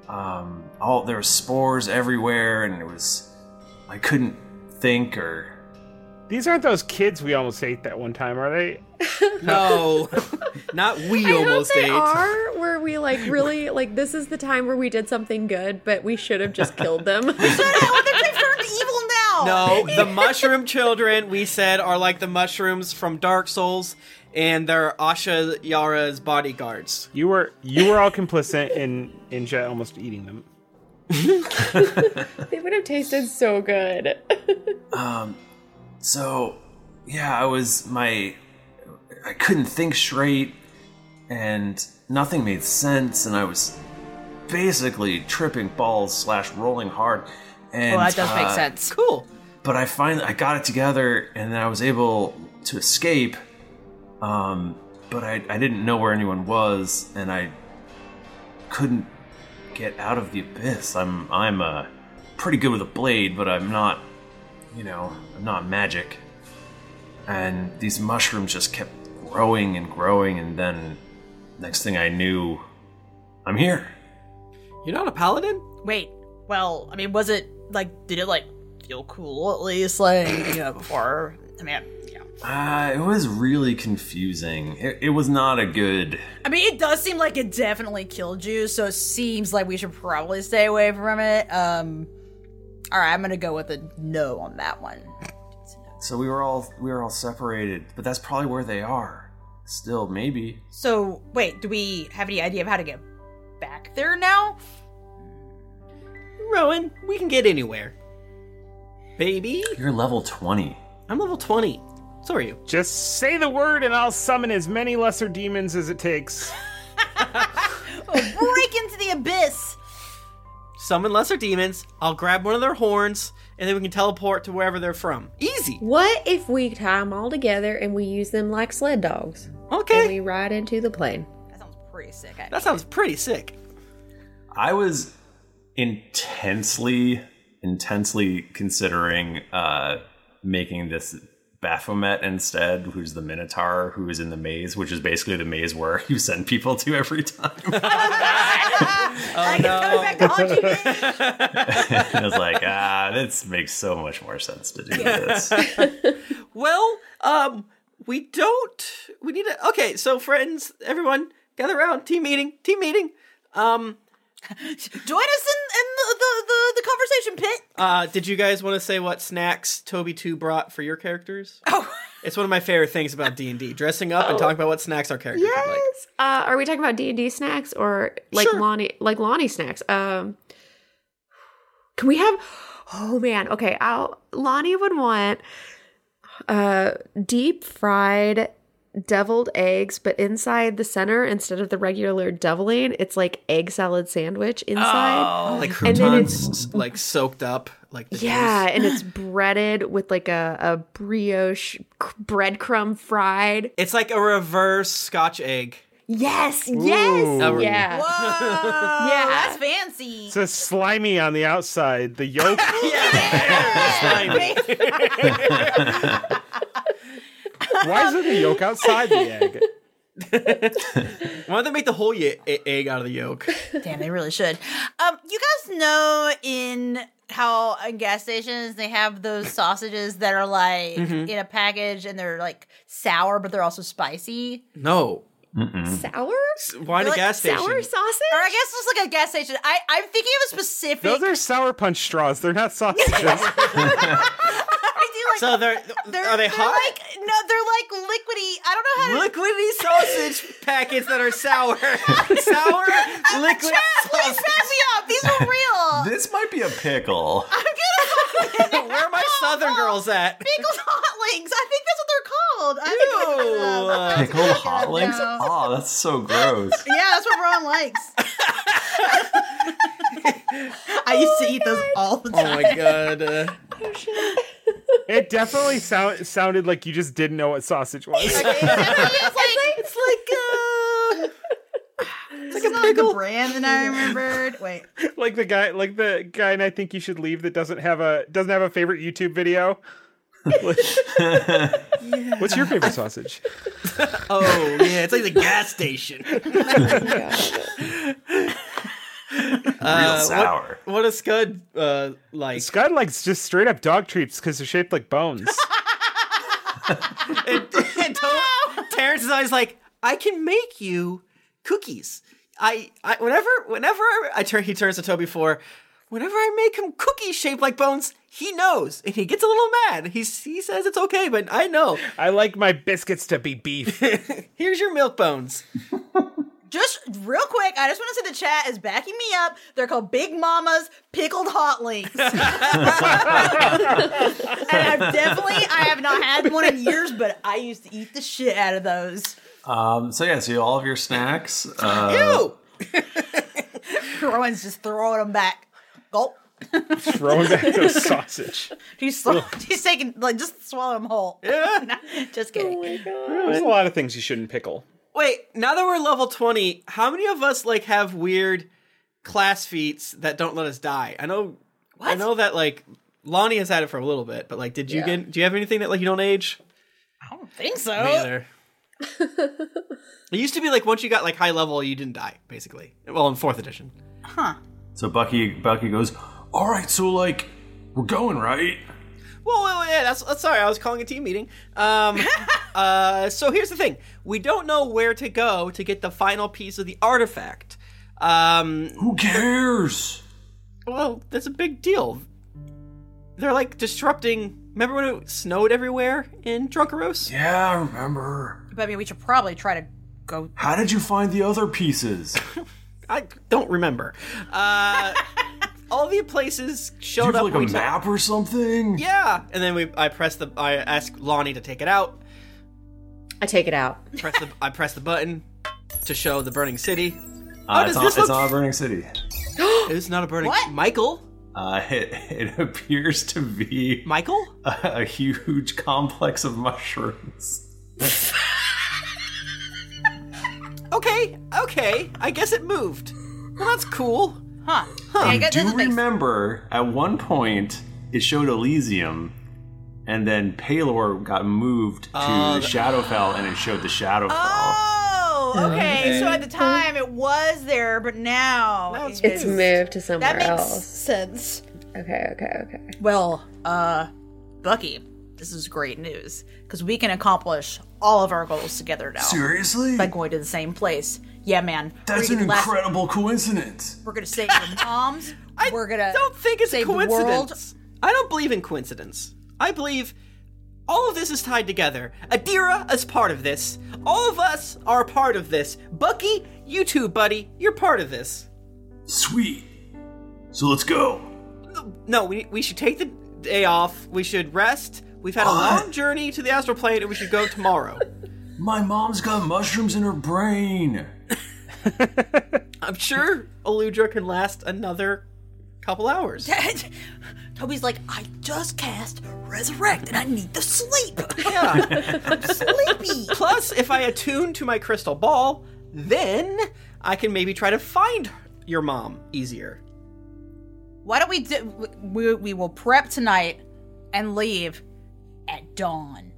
[SPEAKER 1] Um, all there were spores everywhere and it was I couldn't think or
[SPEAKER 2] These aren't those kids we almost ate that one time, are they?
[SPEAKER 5] No, not we
[SPEAKER 4] I hope they are where we like really like this is the time where we did something good, but we should have just killed them.
[SPEAKER 5] No, the mushroom children we said are like the mushrooms from Dark Souls, and they're Asha Yara's bodyguards.
[SPEAKER 2] You were you were all complicit in in Jet almost eating them.
[SPEAKER 4] they would have tasted so good.
[SPEAKER 1] um so yeah, I was my
[SPEAKER 12] I couldn't think straight, and nothing made sense, and I was basically tripping balls slash rolling hard. And
[SPEAKER 13] well, that does make
[SPEAKER 12] uh,
[SPEAKER 13] sense.
[SPEAKER 5] Cool.
[SPEAKER 12] But I finally I got it together, and then I was able to escape. Um, but I, I didn't know where anyone was, and I couldn't get out of the abyss. I'm I'm uh, pretty good with a blade, but I'm not, you know, I'm not magic. And these mushrooms just kept growing and growing, and then next thing I knew, I'm here.
[SPEAKER 5] You're not a paladin?
[SPEAKER 13] Wait. Well, I mean, was it like did it like feel cool at least like you know before? I mean, I-
[SPEAKER 12] Uh, it was really confusing. It, it was not a good.
[SPEAKER 3] I mean, it does seem like it definitely killed you, so it seems like we should probably stay away from it. Um, all right, I'm gonna go with a no on that one.
[SPEAKER 12] So we were all we were all separated, but that's probably where they are. Still, maybe.
[SPEAKER 3] So, wait, do we have any idea of how to get back there now?
[SPEAKER 5] Rowan, we can get anywhere. Baby?
[SPEAKER 12] You're level twenty.
[SPEAKER 5] I'm level 20. So are you.
[SPEAKER 2] Just say the word and I'll summon as many lesser demons as it takes.
[SPEAKER 3] Break into the abyss!
[SPEAKER 5] Summon lesser demons, I'll grab one of their horns, and then we can teleport to wherever they're from. Easy.
[SPEAKER 4] What if we tie them all together and we use them like sled dogs?
[SPEAKER 5] Okay.
[SPEAKER 4] And we ride into the plane.
[SPEAKER 3] Pretty sick. I
[SPEAKER 5] That sounds pretty sick.
[SPEAKER 1] I was intensely, intensely considering uh, making this Baphomet instead, who's the Minotaur who is in the maze, which is basically the maze where you send people to every time.
[SPEAKER 5] Oh, no.
[SPEAKER 1] I was like, ah, this makes so much more sense to do this.
[SPEAKER 5] well, um, we don't. We need to. Okay, so friends, everyone, gather around. Team meeting. Team meeting. Um,
[SPEAKER 3] Join us in, in the, the, the, the conversation pit.
[SPEAKER 5] uh, did you guys want to say what snacks Toby Two brought for your characters? Oh, it's one of my favorite things about D and D: dressing up and talking about what snacks our characters. Yeah.
[SPEAKER 4] Yes. Uh, are we talking about D and D snacks or like Lonnie like Lonnie snacks? Um, can we have? Oh man. Okay. I'll, Lonnie would want uh, deep fried deviled eggs, but inside the center instead of the regular deviling, it's like egg salad sandwich inside.
[SPEAKER 5] Oh, like
[SPEAKER 4] And then it's-
[SPEAKER 5] croutons, s- like soaked up, like the
[SPEAKER 4] yeah,
[SPEAKER 5] juice.
[SPEAKER 4] and it's breaded with like a, a brioche c- breadcrumb fried.
[SPEAKER 5] It's like a reverse Scotch egg.
[SPEAKER 4] Yes, yes,
[SPEAKER 5] Ooh.
[SPEAKER 4] yeah, yeah.
[SPEAKER 3] That's fancy.
[SPEAKER 2] It's a slimy on the outside. The yolk. Why is there the yolk outside the egg?
[SPEAKER 5] Why don't they make the whole ye- e- egg out of the yolk?
[SPEAKER 3] Damn, they really should. Um, you guys know in how in gas stations they have those sausages that are like
[SPEAKER 5] Mhm.
[SPEAKER 3] in a package and they're like sour, but they're also spicy.
[SPEAKER 5] No.
[SPEAKER 4] Sour?
[SPEAKER 5] Why in a
[SPEAKER 3] They're, like,
[SPEAKER 5] gas station?
[SPEAKER 4] sausage?
[SPEAKER 3] Or I guess it's like a gas station. I, I'm thinking of a specific.
[SPEAKER 2] Those are sour punch straws. They're not sausages.
[SPEAKER 3] I
[SPEAKER 5] do like. So they're,
[SPEAKER 3] they're
[SPEAKER 5] are they
[SPEAKER 3] they're
[SPEAKER 5] hot?
[SPEAKER 3] Like no, they're like liquidy. I don't know how. to...
[SPEAKER 5] liquidy sausage packets that are sour. sour liquid
[SPEAKER 3] Chad, please
[SPEAKER 5] sausage.
[SPEAKER 3] pass me up. These are real.
[SPEAKER 1] This might be a pickle.
[SPEAKER 3] I'm gonna.
[SPEAKER 5] Where are my southern girls at?
[SPEAKER 3] Pickles hotlings. I think that's what they're called. I think
[SPEAKER 5] Ew.
[SPEAKER 3] uh,
[SPEAKER 1] Pickled hotlings?
[SPEAKER 3] No.
[SPEAKER 1] Oh, that's so gross.
[SPEAKER 3] yeah, that's what Ron likes. I used to eat those all the
[SPEAKER 5] time. Oh my god.
[SPEAKER 2] it definitely sound, sounded like you just didn't know what sausage was.
[SPEAKER 3] it's like, it's like, uh, it's like a bigger brand than I remembered. Wait,
[SPEAKER 2] like the guy, like the guy, and I think you should leave that doesn't have a doesn't have a favorite YouTube video. What's your favorite sausage?
[SPEAKER 5] Oh yeah, it's like the gas station. Uh, what-
[SPEAKER 2] sour.
[SPEAKER 5] What, is Scud uh, like?
[SPEAKER 2] Scud likes just straight up dog treats because they're shaped like bones.
[SPEAKER 5] and Ter- Terrence is always like, I can make you cookies. I, I whenever whenever I, I turn he turns to Toby for, whenever I make him cookies shaped like bones, he knows and he gets a little mad. He he says it's okay, but I know.
[SPEAKER 2] I like my biscuits to be beef.
[SPEAKER 5] Here's your milk bones.
[SPEAKER 3] just real quick, I just want to say the chat is backing me up. They're called Big Mama's Pickled Hot Links. and I've definitely, I have not had one in years, but I used to eat the shit out of those.
[SPEAKER 1] Um, so yeah, so all of your snacks. Uh,
[SPEAKER 3] Ew! Rowan's just throwing them back. Gulp.
[SPEAKER 2] Throwing back those sausage.
[SPEAKER 3] He's, sw-
[SPEAKER 2] Ugh.
[SPEAKER 3] he's taking, like, just swallow them whole. Yeah. just kidding.
[SPEAKER 2] There's a lot of things you shouldn't pickle.
[SPEAKER 5] Wait, now that we're level 20, how many of us like have weird class feats that don't let us die? I know I know that like Lonnie has had it for a little bit, but like did you
[SPEAKER 13] Yeah.
[SPEAKER 5] get do you have anything that like you don't age?
[SPEAKER 13] I don't think so.
[SPEAKER 5] Me either. it used to be like once you got like high level, you didn't die, basically. Well, in fourth edition.
[SPEAKER 1] so Bucky Bucky goes, all right, so like we're going right.
[SPEAKER 5] Whoa, whoa, whoa, yeah, that's, that's sorry. I was calling a team meeting. Um, uh, so here's the thing: we don't know where to go to get the final piece of the artifact. Um,
[SPEAKER 1] Who cares?
[SPEAKER 5] Well, that's a big deal. They're like disrupting. Remember when it snowed everywhere in Drunkaros?
[SPEAKER 1] Yeah, I remember.
[SPEAKER 3] But I mean, we should probably try to go.
[SPEAKER 1] How did you find the other pieces?
[SPEAKER 5] I don't remember. Uh, all the places
[SPEAKER 1] Do you
[SPEAKER 5] showed
[SPEAKER 1] have
[SPEAKER 5] up.
[SPEAKER 1] like a
[SPEAKER 5] we-
[SPEAKER 1] map or something?
[SPEAKER 5] Yeah, and then we. I press the. I ask Lonnie to take it out.
[SPEAKER 4] I take it out.
[SPEAKER 5] Press the. I press the button to show the burning city. oh,
[SPEAKER 1] Uh, it's
[SPEAKER 5] does
[SPEAKER 1] not,
[SPEAKER 5] this
[SPEAKER 1] it's
[SPEAKER 5] look?
[SPEAKER 1] not a burning city.
[SPEAKER 5] it's not a burning. Michael?
[SPEAKER 1] Uh, it, it appears to be
[SPEAKER 5] Michael,
[SPEAKER 1] a, a huge complex of mushrooms.
[SPEAKER 5] Okay, okay. I guess it moved. Well, that's cool.
[SPEAKER 3] Huh.
[SPEAKER 1] I do remember at one point it showed Elysium, and then Palor got moved to
[SPEAKER 5] Oh, the-
[SPEAKER 1] Shadowfell, and it showed the Shadowfell.
[SPEAKER 3] Oh, okay.
[SPEAKER 1] Okay.
[SPEAKER 3] So at the time it was there, but now it's,
[SPEAKER 4] It's moved to somewhere
[SPEAKER 3] That makes
[SPEAKER 4] else.
[SPEAKER 3] sense.
[SPEAKER 4] Okay, okay, okay.
[SPEAKER 3] Well, uh, Bucky, this is great news because we can accomplish all of our goals together now.
[SPEAKER 1] Seriously?
[SPEAKER 3] By going to the same place. Yeah, man.
[SPEAKER 1] That's
[SPEAKER 3] We're
[SPEAKER 1] an
[SPEAKER 3] gonna last-
[SPEAKER 1] incredible coincidence.
[SPEAKER 3] We're gonna save your moms. we're gonna
[SPEAKER 5] don't think it's
[SPEAKER 3] save The world.
[SPEAKER 5] coincidence. I don't believe in coincidence. I believe all of this is tied together. Adira is part of this. All of us are part of this. Bucky, you too, buddy. You're part of this.
[SPEAKER 1] Sweet. So let's go.
[SPEAKER 5] No, we, we should take the day off. We should rest. We've had a
[SPEAKER 1] What?
[SPEAKER 5] long journey to the astral plane, and we should go tomorrow.
[SPEAKER 1] My mom's got mushrooms in her brain.
[SPEAKER 5] I'm sure Aludra can last another couple hours.
[SPEAKER 3] Toby's like, I just cast resurrect and I need to sleep.
[SPEAKER 5] Yeah.
[SPEAKER 3] I'm sleepy.
[SPEAKER 5] Plus, if I attune to my crystal ball, then I can maybe try to find your mom easier.
[SPEAKER 3] Why don't we do? We, we will prep tonight and leave at dawn.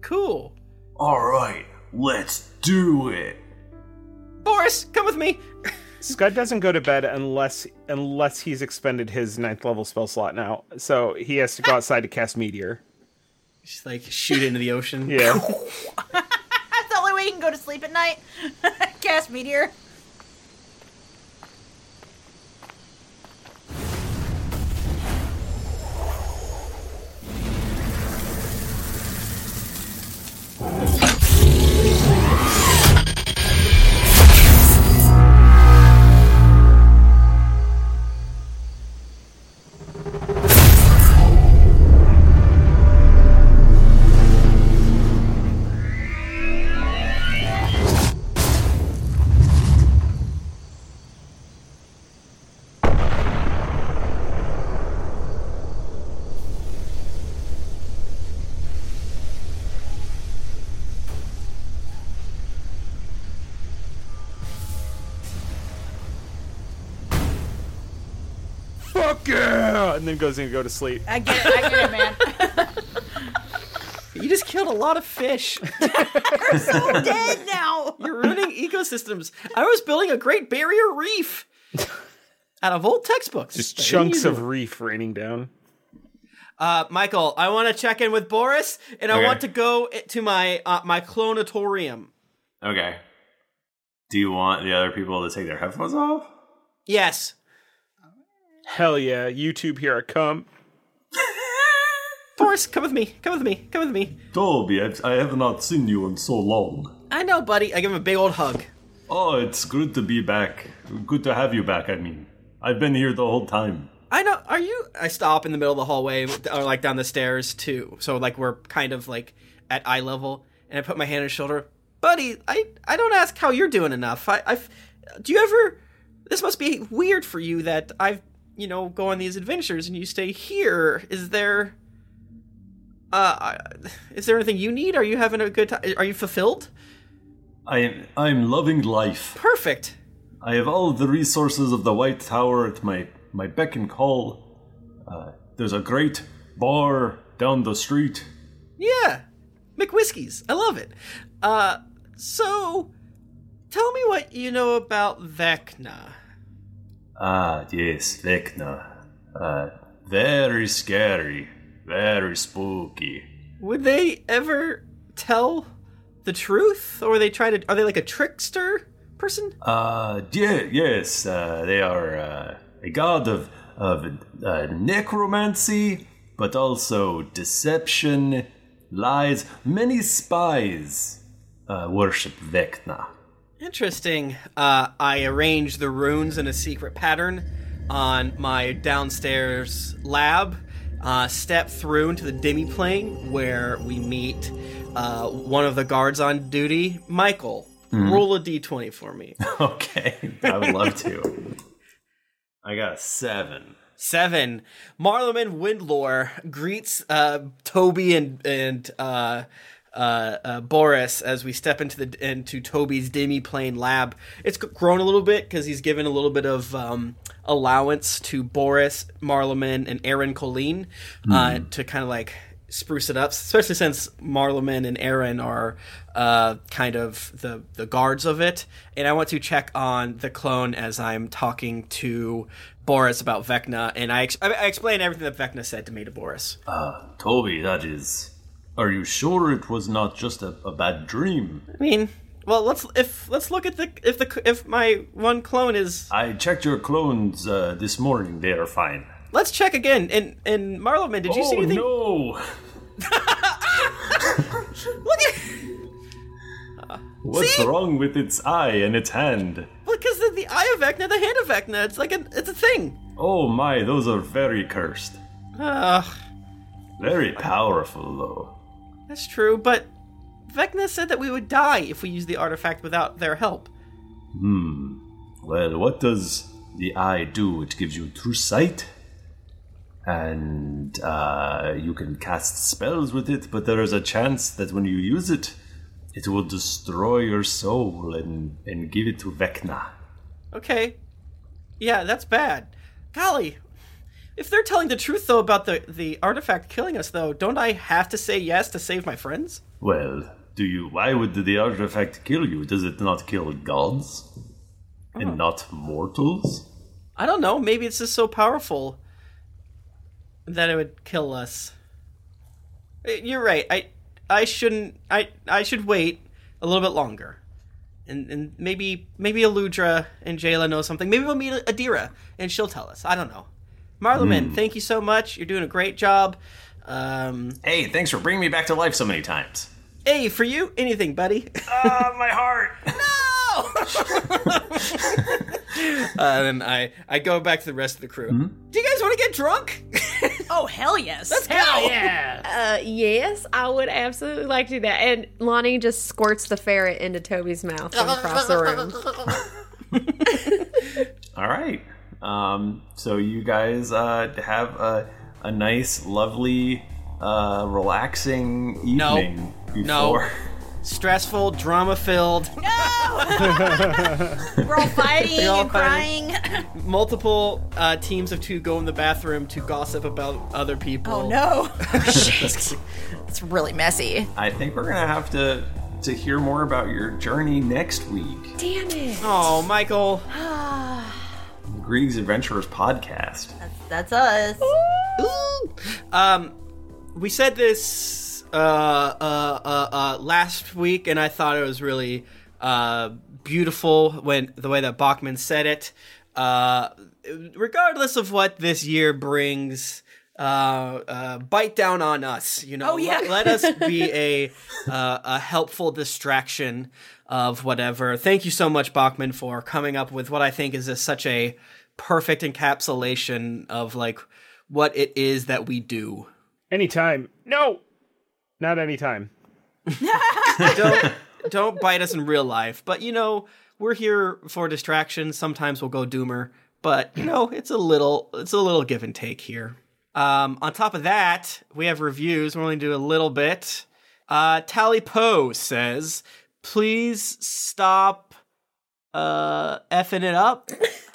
[SPEAKER 5] Cool.
[SPEAKER 1] All right, let's do it.
[SPEAKER 5] Boris, come with me.
[SPEAKER 2] Scud doesn't go to bed unless unless he's expended his ninth level spell slot now, so he has to go outside to cast meteor.
[SPEAKER 5] Just like shoot into the ocean.
[SPEAKER 2] Yeah.
[SPEAKER 3] That's the only way you can go to sleep at night. Cast meteor.
[SPEAKER 2] Fuck yeah! And then goes in to go to sleep.
[SPEAKER 3] I get it. I get it, man.
[SPEAKER 5] You just killed a lot of fish.
[SPEAKER 3] They're so dead now.
[SPEAKER 5] You're ruining ecosystems. I was building a great barrier reef out of old textbooks.
[SPEAKER 2] Just chunks of reef raining down.
[SPEAKER 5] Uh, Michael, I want to check in with Boris, and I
[SPEAKER 1] Okay.
[SPEAKER 5] want to go to my uh, my clonatorium.
[SPEAKER 1] Okay. Do you want the other people to take their headphones off?
[SPEAKER 5] Yes.
[SPEAKER 2] Hell yeah! YouTube, here I come.
[SPEAKER 5] Boris, come with me. Come with me. Come with me.
[SPEAKER 1] Dolby, I've, I have not seen you in so long.
[SPEAKER 5] I know, buddy. I give him a big old hug.
[SPEAKER 1] Oh, it's good to be back. Good to have you back, I mean. I've been here the whole time.
[SPEAKER 5] I know. Are you? I stop in the middle of the hallway, or like down the stairs too. So like we're kind of like at eye level, and I put my hand on his shoulder, buddy. I I don't ask how you're doing enough. I I've, do you ever? This must be weird for you that I've you know go on these adventures and you stay here. Is there? Uh, is there anything you need? Are you having a good time? Are you fulfilled?
[SPEAKER 1] I, I'm loving life.
[SPEAKER 5] Perfect.
[SPEAKER 1] I have all the resources of the White Tower at my, my beck and call. Uh, there's a great bar down the street.
[SPEAKER 5] Yeah, McWhiskies. I love it. Uh, so tell me what you know about Vecna.
[SPEAKER 1] Ah, yes, Vecna. Uh, very scary, very spooky.
[SPEAKER 5] Would they ever tell the truth, or they try to? Are they like a trickster person?
[SPEAKER 1] Uh, yeah, yes, uh, they are uh, a god of of uh, necromancy, but also deception, lies. Many spies uh, worship Vecna.
[SPEAKER 5] Interesting. Uh, I arrange the runes in a secret pattern on my downstairs lab. Uh, step through into the demi plane where we meet uh, one of the guards on duty, Michael.
[SPEAKER 1] Mhm.
[SPEAKER 5] Roll a d20 for me.
[SPEAKER 1] Okay, I would love to. I got a seven.
[SPEAKER 5] Seven. Marloman Windlore greets uh, Toby and and uh, uh, uh, Boris as we step into the into Toby's demiplane lab. It's g- grown a little bit because he's given a little bit of um, allowance to Boris Marloman and Aaron Colleen uh,
[SPEAKER 1] Mhm.
[SPEAKER 5] to kind of like spruce it up, especially since Marloman and Aaron are uh, kind of the the guards of it. And I want to check on the clone as I'm talking to Boris about Vecna, and I ex- I I explain everything that Vecna said to me to Boris.
[SPEAKER 1] Uh, Toby, that is. Are you sure it was not just a, a bad dream?
[SPEAKER 5] I mean, well, let's if let's look at the if the if my one clone is
[SPEAKER 1] I checked your clones uh, this morning. They are fine.
[SPEAKER 5] let's check again. And and Marloman, did you see
[SPEAKER 1] Oh,
[SPEAKER 5] anything?
[SPEAKER 1] no.
[SPEAKER 5] look at
[SPEAKER 1] What's wrong with its eye and its hand?
[SPEAKER 5] because the, the eye of Vecna, the hand of Vecna, it's like a it's a thing. Uh,
[SPEAKER 1] Oh my, those are very cursed.
[SPEAKER 5] Ugh.
[SPEAKER 1] Very powerful, though.
[SPEAKER 5] That's true, but Vecna said that we would die if we used the artifact without their help.
[SPEAKER 1] Hmm. Well, what does the eye do? It gives you true sight, and uh, you can cast spells with it, but there is a chance that when you use it, it will destroy your soul and, and give it to Vecna.
[SPEAKER 5] Okay. Yeah, that's bad. Golly. If they're telling the truth though about the the artifact killing us though, don't I have to say yes to save my friends?
[SPEAKER 1] Well, do you? Why would the artifact kill you? Does it not kill gods and not mortals?
[SPEAKER 5] I don't know, maybe it's just so powerful that it would kill us. Eh, You're right. I I shouldn't I I should wait a little bit longer. And and maybe maybe Aludra and Jayla know something. Maybe we'll meet Adira and she'll tell us. I don't know. Marloman,
[SPEAKER 1] Hmm.
[SPEAKER 5] thank you so much. You're doing a great job. Um,
[SPEAKER 1] hey, thanks for bringing me back to life so many times.
[SPEAKER 5] Hey, for you, anything, buddy.
[SPEAKER 1] Ah, my heart.
[SPEAKER 5] Uh, and I I go back to the rest of the crew. Do you guys want to get drunk?
[SPEAKER 13] oh hell yes!
[SPEAKER 5] Let's
[SPEAKER 13] Hell
[SPEAKER 5] go.
[SPEAKER 13] yeah!
[SPEAKER 4] Uh, yes, I would absolutely like to do that. And Lonnie just squirts the ferret into Toby's mouth and across the room.
[SPEAKER 1] All right. Um, so you guys uh, have a, a nice, lovely, uh, relaxing
[SPEAKER 5] No.
[SPEAKER 1] evening
[SPEAKER 5] No.
[SPEAKER 1] before.
[SPEAKER 5] Stressful, drama filled.
[SPEAKER 3] We're all fighting
[SPEAKER 5] We're all
[SPEAKER 3] and
[SPEAKER 5] fighting.
[SPEAKER 3] crying.
[SPEAKER 5] Multiple uh, teams of two go in the bathroom to gossip about other people.
[SPEAKER 3] Oh no. It's really messy.
[SPEAKER 1] I think we're gonna have to to hear more about your journey next week.
[SPEAKER 4] Damn it.
[SPEAKER 5] Oh, Michael.
[SPEAKER 1] Greeg's Adventurers podcast.
[SPEAKER 3] That's us.
[SPEAKER 5] Um, we said this uh, uh, uh, uh, last week, and I thought it was really uh, beautiful when the way that Bachman said it. Uh, regardless of what this year brings, uh, uh, bite down on us. You know,
[SPEAKER 13] Oh, yeah.
[SPEAKER 5] let, let us be a uh, a helpful distraction of whatever. Thank you so much, Bachman, for coming up with what I think is a, such a perfect encapsulation of like what it is that we do.
[SPEAKER 2] Anytime. No, not anytime.
[SPEAKER 5] don't don't bite us in real life. But you know, we're here for distraction. Sometimes we'll go doomer, but you know, it's a little it's a little give and take here. Um, on top of that, we have reviews. We're only do a little bit. Uh, Tally Poe says, "Please stop uh, effing it up."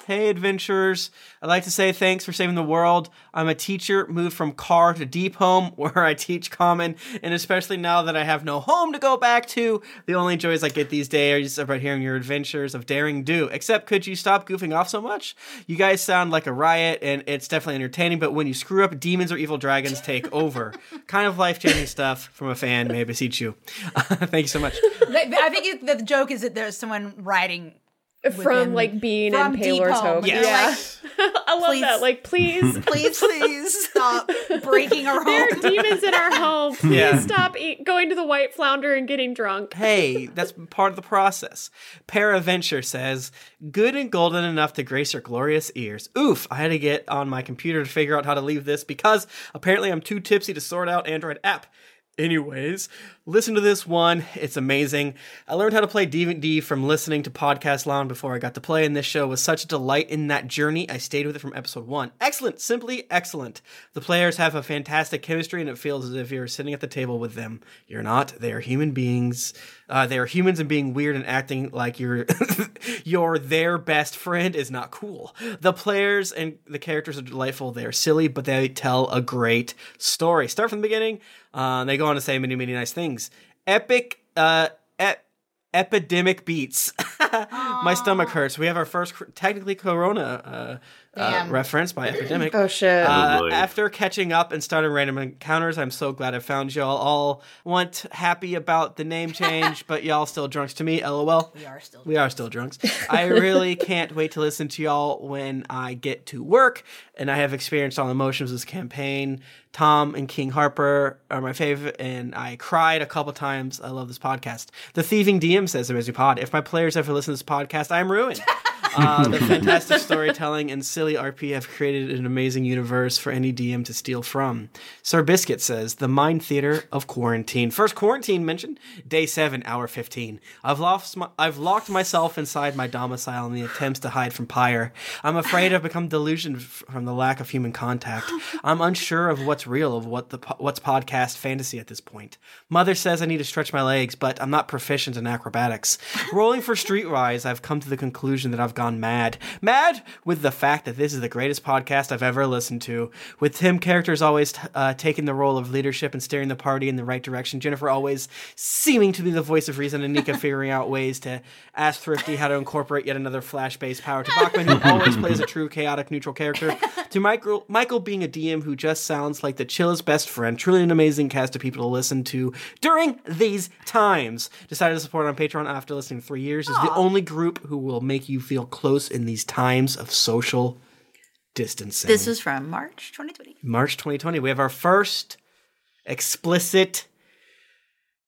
[SPEAKER 5] Hey, adventurers. I'd like to say thanks for saving the world. I'm a teacher, moved from car to deep home where I teach common, and especially now that I have no home to go back to, the only joys I get these days are about hearing your adventures of daring do. Except, could you stop goofing off so much? You guys sound like a riot, and it's definitely entertaining, but when you screw up, demons or evil dragons take over. kind of life changing stuff from a fan, may I beseet you. Thank you so much.
[SPEAKER 3] They- I think it, the joke is that there's someone riding within-
[SPEAKER 4] like, Bean
[SPEAKER 3] from
[SPEAKER 4] and Paylor's
[SPEAKER 3] Deep Home.
[SPEAKER 4] Hope.
[SPEAKER 3] They're
[SPEAKER 4] I love that. Like, please,
[SPEAKER 3] please, please stop breaking our home.
[SPEAKER 4] There are demons in our home. Please
[SPEAKER 5] Yeah.
[SPEAKER 4] stop eat- going to the White Flounder and getting drunk.
[SPEAKER 5] hey, that's part of the process. Paraventure says, good and golden enough to grace your glorious ears. Oof, I had to get on my computer to figure out how to leave this because apparently I'm too tipsy to sort out Android app. Anyways, listen to this one. It's amazing. I learned how to play D&D from listening to Podcast Lounge before I got to play, and this show was such a delight in that journey. I stayed with it from episode one. Excellent, simply excellent. The players have a fantastic chemistry, and it feels as if you're sitting at the table with them. You're not. They are human beings. Uh, they are humans, and being weird and acting like you're you're their best friend is not cool. The players and the characters are delightful. They are silly, but they tell a great story. Start from the beginning. Uh, they go on to say many, many nice things. Epic, uh, ep- epidemic beats. My stomach hurts. We have our first cr- technically Corona uh, uh,
[SPEAKER 4] Damn.
[SPEAKER 5] reference by epidemic.
[SPEAKER 4] Oh, shit.
[SPEAKER 5] Uh,
[SPEAKER 4] Oh, boy.
[SPEAKER 5] after catching up and starting random encounters, I'm so glad I found y'all. All want happy about the name change, but y'all still drunks to me. LOL. We are still. We are still drunks. I really can't wait to listen to y'all when I get to work, and I have experienced all emotions of this campaign. Tom and King Harper are my favorite, and I cried a couple times. I love this podcast. The thieving DM says, "Amazing pod." If my players ever listen to this podcast, I'm ruined. Uh, the fantastic storytelling and silly RP have created an amazing universe for any DM to steal from. Sir Biscuit says, The Mind Theater of Quarantine. First quarantine mentioned, day seven, hour 15. I've, lost my, I've locked myself inside my domicile in the attempts to hide from Pyre. I'm afraid I've become delusioned f- from the lack of human contact. I'm unsure of what's real, of what the po- what's podcast fantasy at this point. Mother says I need to stretch my legs, but I'm not proficient in acrobatics. Rolling for Streetwise, I've come to the conclusion that I've gone mad. Mad with the fact that this is the greatest podcast I've ever listened to. With Tim characters always uh, taking the role of leadership and steering the party in the right direction, Jennifer always seeming to be the voice of reason, and Nika figuring out ways to ask Thrifty how to incorporate yet another flash based power to Bachman, who always plays a true chaotic neutral character, to Michael, Michael being a DM who just sounds like the chillest best friend. Truly an amazing cast of people to listen to during these times. Decided to support on Patreon after listening three years. Is the only group who will make you feel close in these times of social distancing.
[SPEAKER 3] This is from March 2020.
[SPEAKER 5] March 2020. We have our first explicit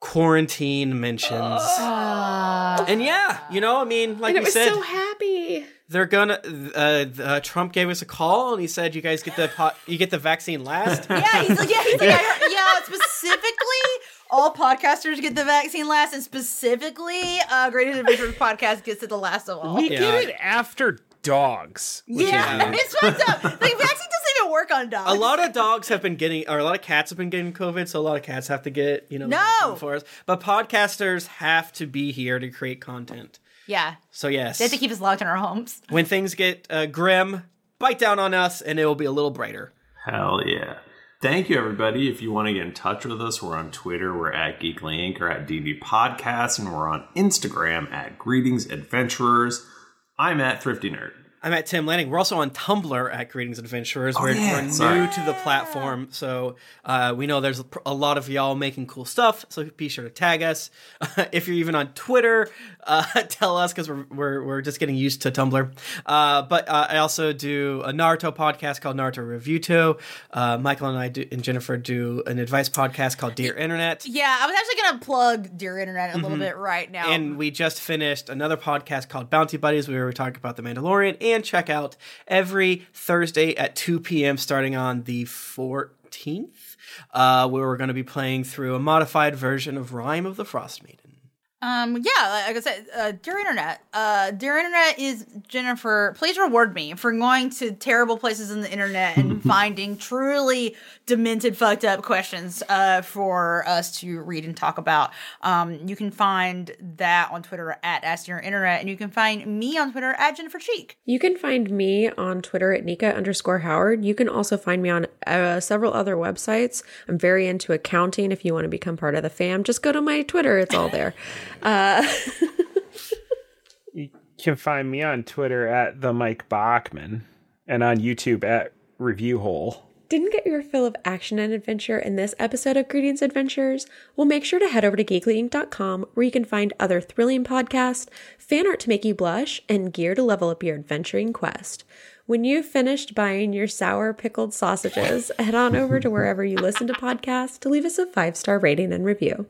[SPEAKER 5] quarantine mentions.
[SPEAKER 3] Uh,
[SPEAKER 5] And yeah, you know, I mean, like
[SPEAKER 4] and it
[SPEAKER 5] we
[SPEAKER 4] was
[SPEAKER 5] said,
[SPEAKER 4] so happy.
[SPEAKER 5] they're gonna. Uh, uh, Trump gave us a call and he said, "You guys get the po- you get the vaccine last."
[SPEAKER 3] Yeah, he's like, yeah, he's like, I heard, yeah. Specifically, all podcasters get the vaccine last, and specifically, uh, Greatest Adventures podcast gets it the last of all.
[SPEAKER 2] We get it after dogs.
[SPEAKER 3] Yeah, it's fucked up. Like vaccine doesn't even work on dogs.
[SPEAKER 5] a lot of dogs have been getting, or a lot of cats have been getting COVID, so a lot of cats have to get, you know, the
[SPEAKER 3] No!
[SPEAKER 5] vaccine for us. But podcasters have to be here to create content.
[SPEAKER 3] yeah,
[SPEAKER 5] So yes,
[SPEAKER 3] they have to keep us locked in our homes.
[SPEAKER 5] when things get uh, grim, bite down on us, and it will be a little brighter.
[SPEAKER 1] Hell yeah. Thank you, everybody. If you want to get in touch with us, we're on Twitter. We're at Geekly Inc. or at DB Podcast, and we're on Instagram at Greetings Adventurers. I'm at Thrifty Nerd.
[SPEAKER 5] I'm at Tim Lanning. We're also on Tumblr at Greetings and Adventurers.
[SPEAKER 12] Oh,
[SPEAKER 5] we're,
[SPEAKER 12] yeah,
[SPEAKER 5] we're new
[SPEAKER 12] sorry.
[SPEAKER 5] to the platform, so uh, we know there's a pr- a lot of y'all making cool stuff. So be sure to tag us. if you're even on Twitter, uh, tell us because we're, we're we're just getting used to Tumblr. Uh, but uh, I also do a Naruto podcast called Naruto Revuto. Uh, Michael and I do, and Jennifer do an advice podcast called Dear Internet.
[SPEAKER 3] Yeah, I was actually gonna plug Dear Internet a little
[SPEAKER 5] Mhm.
[SPEAKER 3] bit right now.
[SPEAKER 5] And we just finished another podcast called Bounty Buddies, where we talk about The Mandalorian. And check out every Thursday at 2 p.m., starting on the 14th, uh, where we're going to be playing through a modified version of Rhyme of the Frost Maiden.
[SPEAKER 3] Um, yeah, like I said, uh, Dear Internet. Uh, Dear Internet is Jennifer. Please reward me for going to terrible places in the internet and finding truly demented, fucked up questions uh, for us to read and talk about. Um, you can find that on Twitter at Ask Dear Internet, and you can find me on Twitter at Jennifer Cheek.
[SPEAKER 4] You can find me on Twitter at Nika underscore Howard. You can also find me on uh, several other websites. I'm very into accounting. If you want to become part of the fam, just go to my Twitter. It's all there. Uh,
[SPEAKER 2] You can find me on Twitter at the Mike Bachman and on YouTube at Review Hole.
[SPEAKER 4] Didn't get your fill of action and adventure in this episode of Greetings Adventures? Well, make sure to head over to geeklyinc.com where you can find other thrilling podcasts, fan art to make you blush, and gear to level up your adventuring quest. When you've finished buying your sour pickled sausages, head on over to wherever you listen to podcasts to leave us a five-star rating and review.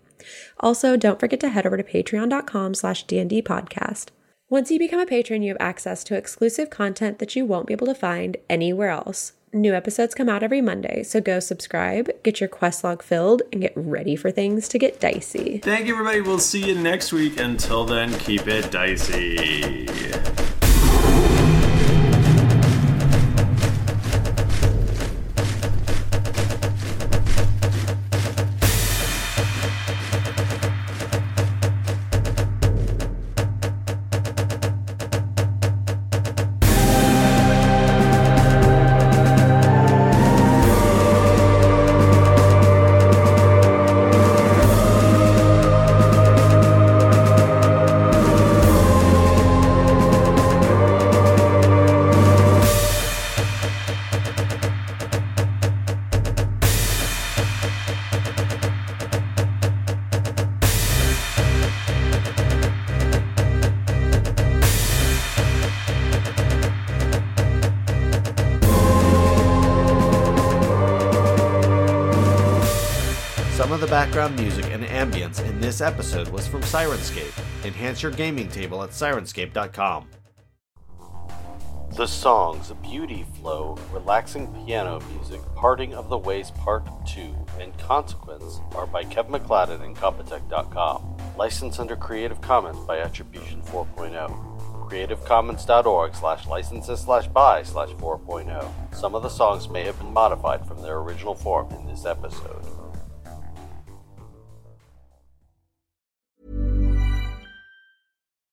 [SPEAKER 4] Also, don't forget to head over to patreon.com slash dnd podcast. Once you become a patron, you have access to exclusive content that you won't be able to find anywhere else. New episodes come out every Monday, so go subscribe, get your quest log filled, and get ready for things to get dicey.
[SPEAKER 1] Thank you, everybody. We'll see you next week. Until then, keep it dicey.
[SPEAKER 14] Some of the background music and ambience in this episode was from Sirenscape. Enhance your gaming table at sirenscape.com. The songs Beauty Flow, Relaxing Piano Music, Parting of the Ways Part 2, and Consequence are by Kev McLadden and Compotech.com. Licensed under Creative Commons by Attribution oh. 4.0. CreativeCommons.org slash licenses slash buy slash 4.0. Some of the songs may have been modified from their original form in this episode.